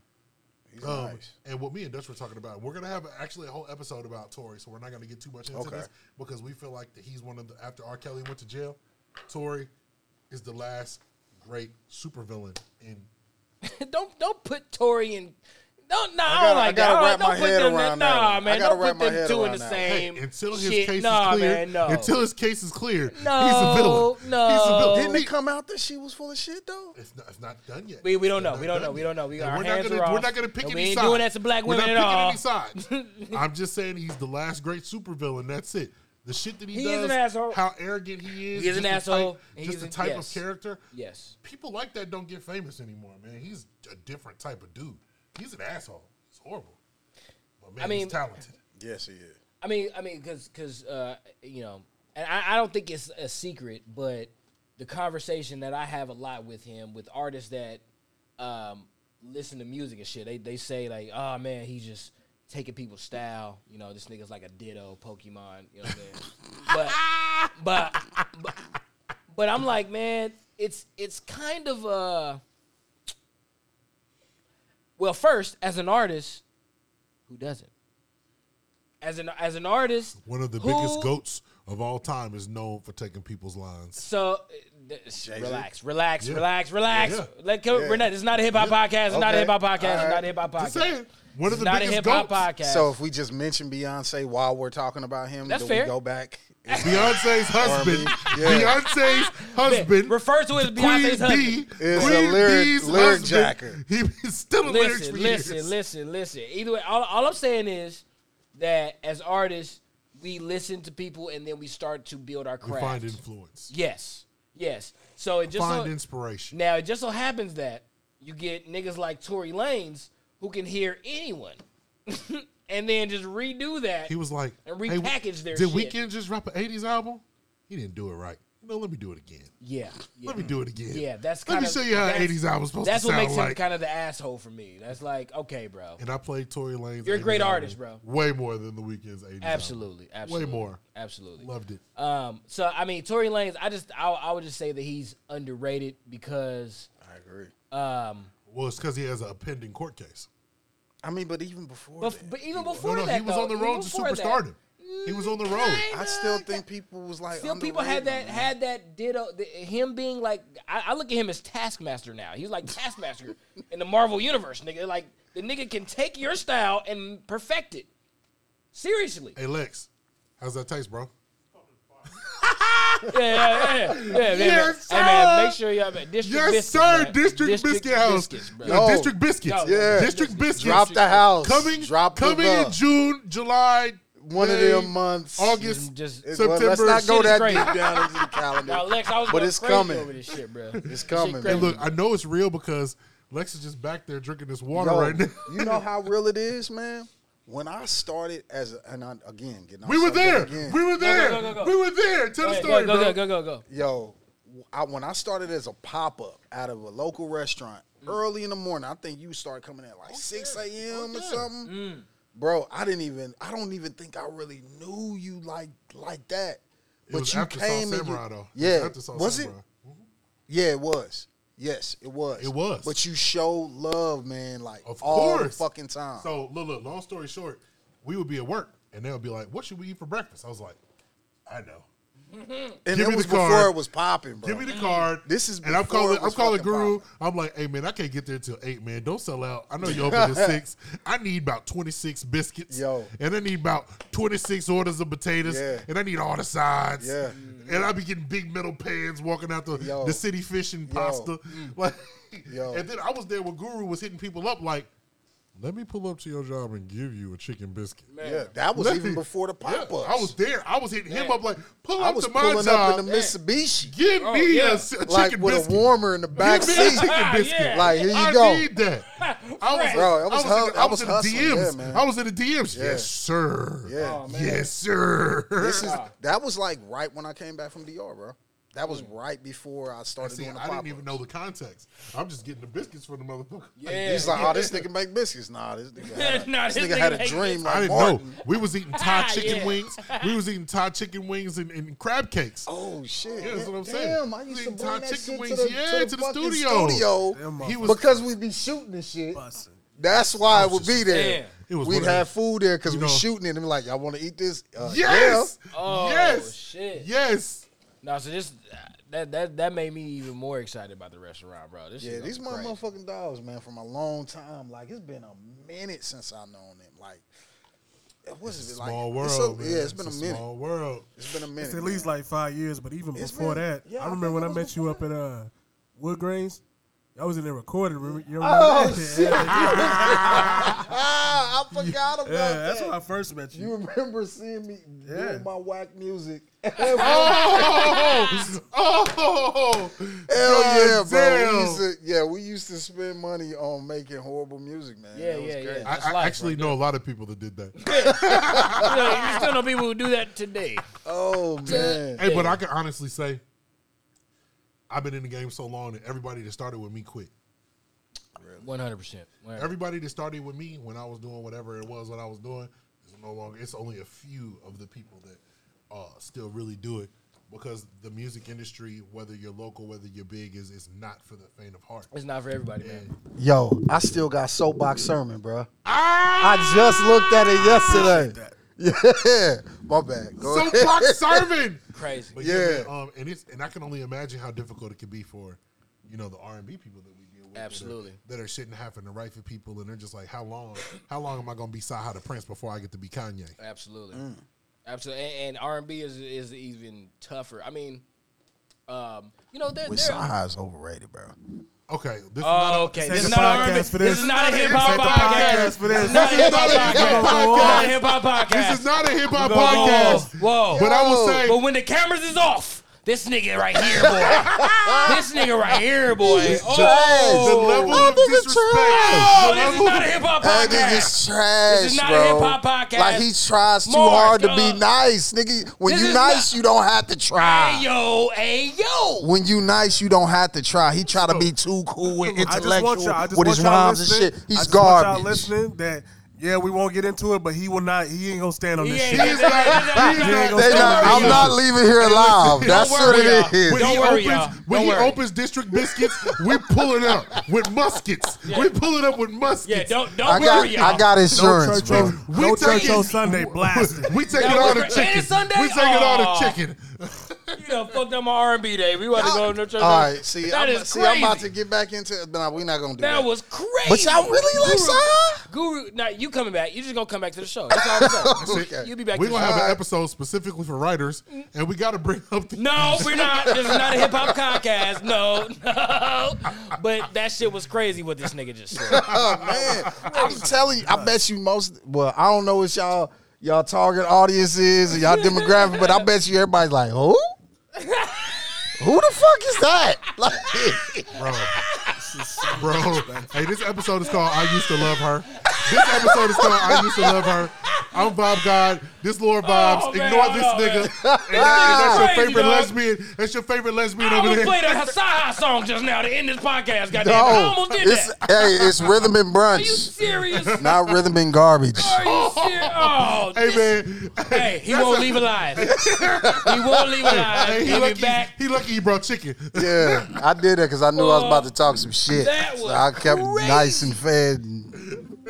He's
Um,
nice.
And what me and Dutch were talking about, we're gonna have actually a whole episode about Tory, so we're not gonna get too much into
Okay.
this because we feel like that he's one of the after R. Kelly went to jail, Tory is the last great supervillain in
shit. don't don't put Tory in. Don't nah, I,
gotta-
don't like
I gotta
that.
wrap
don't
my
put
head
them
around
in, nah,
that. I
man.
gotta
Don't
wrap
put
my
them
head
two in
around
the
that.
Hey,
same.
until his
shit.
case
nah,
is clear,
man, no.
until his case is clear, he's a
No,
villain. he's a villain.
Didn't it come out that she was full of shit though?
It's not, it's not done yet.
we, we don't
It's
know.
not
We don't
done
know. We
yet.
don't know. We
And
our
we're
hands
not gonna,
are off.
We're not going to pick
and
any
we ain't
side.
doing that to black
We're
women at all.
not picking any side. I'm just saying he's the last great supervillain. That's it. The shit that he,
He is
does,
an asshole.
how arrogant he is.
He is an
just the
asshole.
Type,
He's
just the
an-
type
yes.
of character.
Yes.
People like that don't get famous anymore, man. He's a different type of dude. He's an asshole. He's horrible. But man,
I mean-
he's talented.
Yes, he is.
I mean, I mean, because because uh, you know, and I, I don't think it's a secret, but the conversation that I have a lot with him with artists that um, listen to music and shit, they they say like, oh man, he's just taking people's style. You know, this nigga's like a ditto Pokemon. You know what I'm saying? but, but but but I'm like, man, it's it's kind of uh well, first as an artist, who doesn't? As an as an artist,
One of the
who-
biggest goats of all time is known for taking people's lines.
So uh, th- relax, relax,
Yeah.
relax, relax.
Yeah.
Let go. We're not. It's not a hip hop podcast. It's not
Okay.
a hip hop podcast. It's
All
not
right.
a hip hop
Just
podcast.
saying, one of
It's
the
not a
biggest
hip hop
goats.
podcast.
So if we just mention Beyonce while we're talking about him,
That's
do
fair.
we go back?
Beyonce's husband.
Yeah.
Beyonce's husband.
refer to it as Beyonce's
Queen
husband.
B
Is a
Queen
lyric-
B's
lyric
husband.
jacker.
He- He's still a lyrics
listen,
for
listen,
years.
listen, listen. Either way, all, all I'm saying is that as artists, we listen to people and then we start to build our
We
craft.
find influence.
yes, yes. So it just
find
so,
inspiration.
now it just so happens that you get niggas like Tory Lanez who can hear anyone, and then just redo that.
He was like,
And
hey,
repackage their
Did
shit.
Weekend just drop an '80s album? He didn't do it right. No, let me do it again.
yeah, yeah.
Let me do it again.
Yeah, that's
Let
kind
me
of
show you how
that's-
'80s album supposed
That's
to
what
sound
makes
like.
him kind of the asshole for me. That's like, okay, bro.
and I played Tory Lanez.
You're a great
80s album
artist, bro.
Way more than the Weekend's '80s. album.
Absolutely, absolutely,
more.
absolutely.
Loved it.
Um, so I mean, Tory Lanez, I just I, I would just say that he's underrated because
I agree.
um,
Well, it's because he has a pending court case.
I mean, but even before
but,
that,
but even before
No, no,
that,
he was
though,
on the
even
road to
before that, Mm-hmm.
superstardom. He was on the road.
I still think people was like
Still, people had that
underrated, man.
had that ditto. The, him being like, I, I look at him as Taskmaster now. He's like Taskmaster in the Marvel universe, nigga. Like the nigga can take your style and perfect it. Seriously,
Hey Lex, how's that taste, bro?
yeah, yeah, yeah, yeah, yeah,
Yes,
man. Hey, man,
sir.
make sure y'all man, district
Yes,
biscuits,
sir.
man.
District, Biscuit House.
biscuits, bro.
Uh,
Yo.
District Biscuits.
Yo. Yeah.
District Biscuits.
Drop the house.
Coming,
Drop the
coming in
bus.
June, July,
One of
May,
them months.
August,
Just-
It's-
September.
well, let's not
Shit
go
is
that
crazy.
deep down into the calendar.
Now, Lex, I was
but
going
it's
crazy
coming.
over this shit, bro.
It's coming.
Shit
Hey,
crazy.
Look, I know it's real because Lex is just back there drinking this water
Yo,
right now.
you know how real it is, man. When I started as a, and I, again, getting off
we were
subject
there.
Again,
We were there.
go, go, go.
We were there. Tell the
Go,
story,
go,
bro.
go, go, go, go.
yo, I, when I started as a pop up out of a local restaurant early in the morning, I think you started coming at like six a.m. or something. Bro, I didn't even. I don't even think I really knew you like like that.
It
but
was
you
after Saw
came and you,
Samurai, though. It was
yeah,
after Saw
was it?
Samurai.
Yeah, it was. Yes, it was.
It was.
But you showed love, man, like
Of
all the
course.
fucking time.
So look, look. Long story short, we would be at work, and they would be like, "What should we eat for breakfast?" I was like, "I know."
and
give
it
me
was
the
before
card.
it was popping, bro.
Give me the card.
This is
and I'm
before
calling.
it
I'm
was
calling
fucking
Guru.
popping.
I'm like, hey man, I can't get there till eight, man. Don't sell out. I know you open at six. I need about 26 biscuits.
Yo.
and I need about 26 orders of potatoes.
Yeah.
and I need all the sides.
Yeah.
and I be getting big metal pans walking out the
Yo.
the city fish and pasta. Like,
Yo.
and then I was there when Guru was hitting people up like. Let me pull up to your job and give you a chicken biscuit.
yeah, that was
Let
even
me-
before the
Yeah,
pop ups.
I was there. I was hitting him
Man.
up like, pull
I
up
was
to my
pulling
job.
up in the Mitsubishi,
Give
Oh,
me
yeah.
a, s- a chicken
like with
biscuit.
a warmer in the back
Give me a
seat.
chicken biscuit.
yeah.
Like here you
I
go.
need that. I was,
Bro, I was
in
hus-
the-
I was hustling.
in the DMs.
Yeah, man.
I was in the DMs. Yes, sir.
Yeah. Oh,
yes, sir.
This is that was like right when I came back from DR, bro. That was right before I started
Mm. See,
doing the
I
pop ups.
didn't even know the context. I'm just getting the biscuits from the motherfucker.
Yeah.
He's like, oh, this nigga make biscuits. Nah, this nigga had a,
Nah,
this
this
nigga
nigga
had a
make
dream.
biscuits.
Like
I didn't
Martin.
know. We was eating Thai chicken
Yeah.
wings. We was eating Thai chicken wings and, and crab cakes.
Oh shit!
Yeah, that's what I'm
Damn,
saying.
I
We
used to
eat
bring
Thai
that
chicken
shit
wings,
to the,
yeah,
to the, fucking studio,
He was
because we'd be shooting and shit.
Bussin'.
That's why it would be there.
Damn.
It was
we'd
one of
have
the-
food there because
you
we're
know-
shooting it and be like, y'all want to eat this? Uh,
yes,
Oh,
yes,
shit.
yes.
No, so this that that that made me even more excited about the restaurant, bro. This
Yeah,
shit
these my
gonna be crazy.
motherfucking dogs, man, from a long time. Like it's been a minute since I known them. Like what's it like?
Small
it's
world.
so-
man.
yeah, it's been a, minute.
Small world.
It's been a minute.
It's at least like five years, but even
It's
before
been-
that,
yeah, I
I remember
think
when I
it was
met you up in uh, Wood Grains. I was in there recording. Remember? You remember
Oh
that?
shit! ah, I forgot about
Yeah,
that.
that's when I first met you.
you remember seeing me
Yeah.
doing my whack music?
Oh, oh,
Hell
God
yeah, bro. We
damn.
used to, yeah, we used to spend money on making horrible music, man.
Yeah,
That was
yeah,
crazy.
yeah.
I,
That's
I
life
actually
right
know a lot of people that did that.
you, know, you still know people who do that today.
Oh man.
Hey, but I can honestly say, I've been in the game so long that everybody that started with me quit.
One hundred percent.
Everybody that started with me when I was doing whatever it was what I was doing is no longer. It's only a few of the people that uh, still really do it because the music industry, whether you're local, whether you're big, is is not for the faint of heart.
It's not for everybody, man.
Yo, I still got soapbox sermon, bro. I just looked at it yesterday. Yeah, my bad. Go
So
ahead.
Brock Sermon.
Crazy.
But
Yeah.
yeah, man, um, and it's and I can only imagine how difficult it could be for, you know, the R and B people that we deal with. that are-
Absolutely.
That are, sitting half in the right for people, and they're just like, how long, how long am I gonna be Saha the Prince before I get to be Kanye?
Absolutely,
mm.
absolutely. And, and R and B is is even tougher. I mean, um, you know, there,
With
there,
Saha is overrated, bro.
Okay, this
Oh,
is
okay.
This
This
ain't
is
the
not
podcast for
a for
this.
This is not a hip
This
hop
ain't the podcast
podcast.
for this.
This is not a hip hop
This ain't the podcast.
podcast. Not a hip hop podcast.
this is not a hip hop
Whoa, whoa,
podcast.
Whoa,
But I will
Whoa.
say,
But when the cameras is off, this nigga right here, boy. this nigga right here, boy. Oh,
the level
Oh,
of
this is
disrespect.
trash.
oh
the
this is
level-
not a hip hop
That
podcast.
nigga's trash,
This is not a
bro.
hip-hop podcast.
Like he tries too
Mark,
hard to
uh,
be nice, nigga. When
this
you
is
nice,
not-
you don't have to try.
Hey yo, hey yo.
When you nice, you don't have to try. He try to be too cool and
I just want
intellectual
y'all. I just
with
want
his
y'all
rhymes and
listening.
shit.
I
He's
just want y'all
garbage.
listening that yeah, we won't get into it, but he will not. He ain't gonna stand on
He
this
ain't-
shit.
he ain't- he
He ain't gonna
ain't gonna-
They
Don't
not,
worry,
I'm
y'all.
not leaving here alive. That's what
worry,
it
y'all.
is.
When
Don't
he
worry, y'all.
opens, when
Don't
he
worry.
opens district biscuits, we pull it up with muskets. We pull it up with muskets.
Yeah, don't
I
don't
got,
worry, y'all.
I got
No
insurance,
church
bro.
on-
We
no
take
church on
it.
Sunday blasted.
We take it
That
all
was
to
for- and
chicken.
Sunday?
We take it all
Aw.
to chicken.
You done fucked up my R and B day. We want to go to church.
All right, see, I'm,
That is
see, I'm about to
crazy.
get back into it. Nah, we're not gonna do that.
That was crazy.
But y'all really like
Guru-
Saha?
Guru, now you coming back. You just gonna come back to the show. That's all I'm saying.
Okay.
You'll be back
We're
to the
gonna
show.
have an episode specifically for writers, and we gotta bring up the
No, we're not. This is not a hip hop podcast. No, no. But that shit was crazy what this nigga just said.
man, I'm telling you, I bet you most. Well, I don't know what y'all y'all target audience is and y'all demographic, but I bet you everybody's like, who? who the fuck is that? Like,
bro. Bro, hey, this episode is called "I Used to Love Her." This episode is called "I Used to Love Her." I'm Bob God. This Lord Bob's.
Oh, man,
Ignore
hold
this nigga.
on, man.
And, that- and that's your
Crazy,
favorite
dog.
lesbian. That's your favorite lesbian
I
over
almost
there.
played a Saha song just now to end this podcast. Goddamn, I
no,
almost did
it's,
that.
hey, it's rhythm and
Are you
brunch,
serious?
not rhythm and garbage.
Are you serious? Oh,
Hey
this-
man,
Hey, he won't leave alive. he won't leave alive.
hey, he
He'll
lucky.
be back.
He lucky he brought chicken.
Yeah, I did that because I knew I was about to talk some shit.
That was
so I kept
crazy.
nice and fed. And,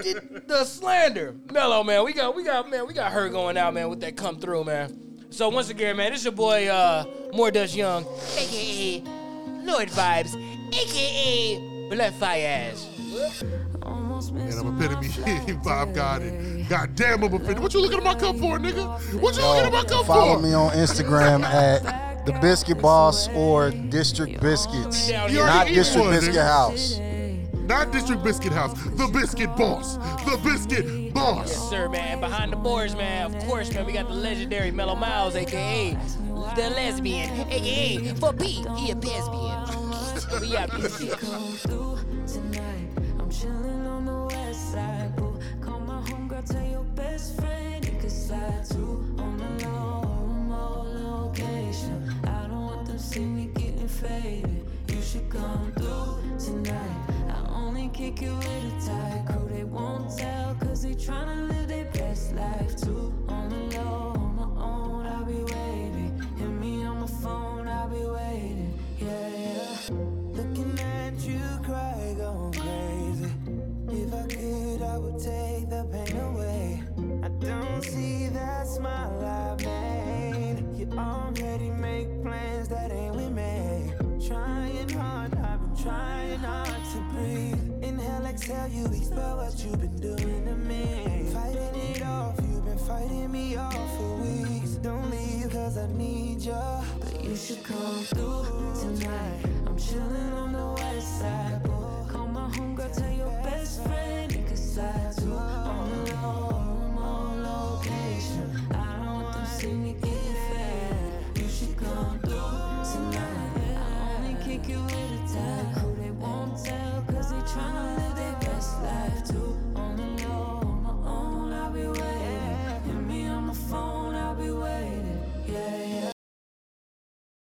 the, the slander. Mellow man, we got we got man, we got her going out, man, with that come through, man. So once again, man, it's your boy uh More Dutch Young, aka Lord Vibes, aka Blood Fire Ass.
And I'm epitome Bob God. And goddamn, I'm offended. What you looking at my cup for, nigga? What you looking at my cup
follow
for?
me on Instagram at the Biscuit Boss or District Biscuits,
Down
You
here.
already
not
eat
District
one,
Biscuit
nigga.
House.
Not District Biscuit House. The Biscuit Boss. The Biscuit
Yes,
Boss.
sir, man. Behind the boards, man. Of course, man. We got the legendary Mellow Miles, aka the lesbian, aka for P, he a lesbian. we out this shit.
Come through tonight. I'm chilling on the west side. Boo. Call my homegirl, tell your best friend you can slide through on the low or remote location. I don't want them see me getting faded. You should come through tonight. I only kick you with a tight crew. They won't tell 'cause they tryna live their best life too. On the low, on my own, I'll be waiting. Hit me on my phone, I'll be waiting. Yeah, yeah.
Looking at you cry, going crazy. If I could, I would take the pain away. I don't see that smile I made. You already make plans that ain't we made.
exhale, you expel what you've been doing to me. Fighting it off, you've been fighting me off for weeks. Don't leave, cause I need ya.
But you should come through tonight. I'm chilling on the west side.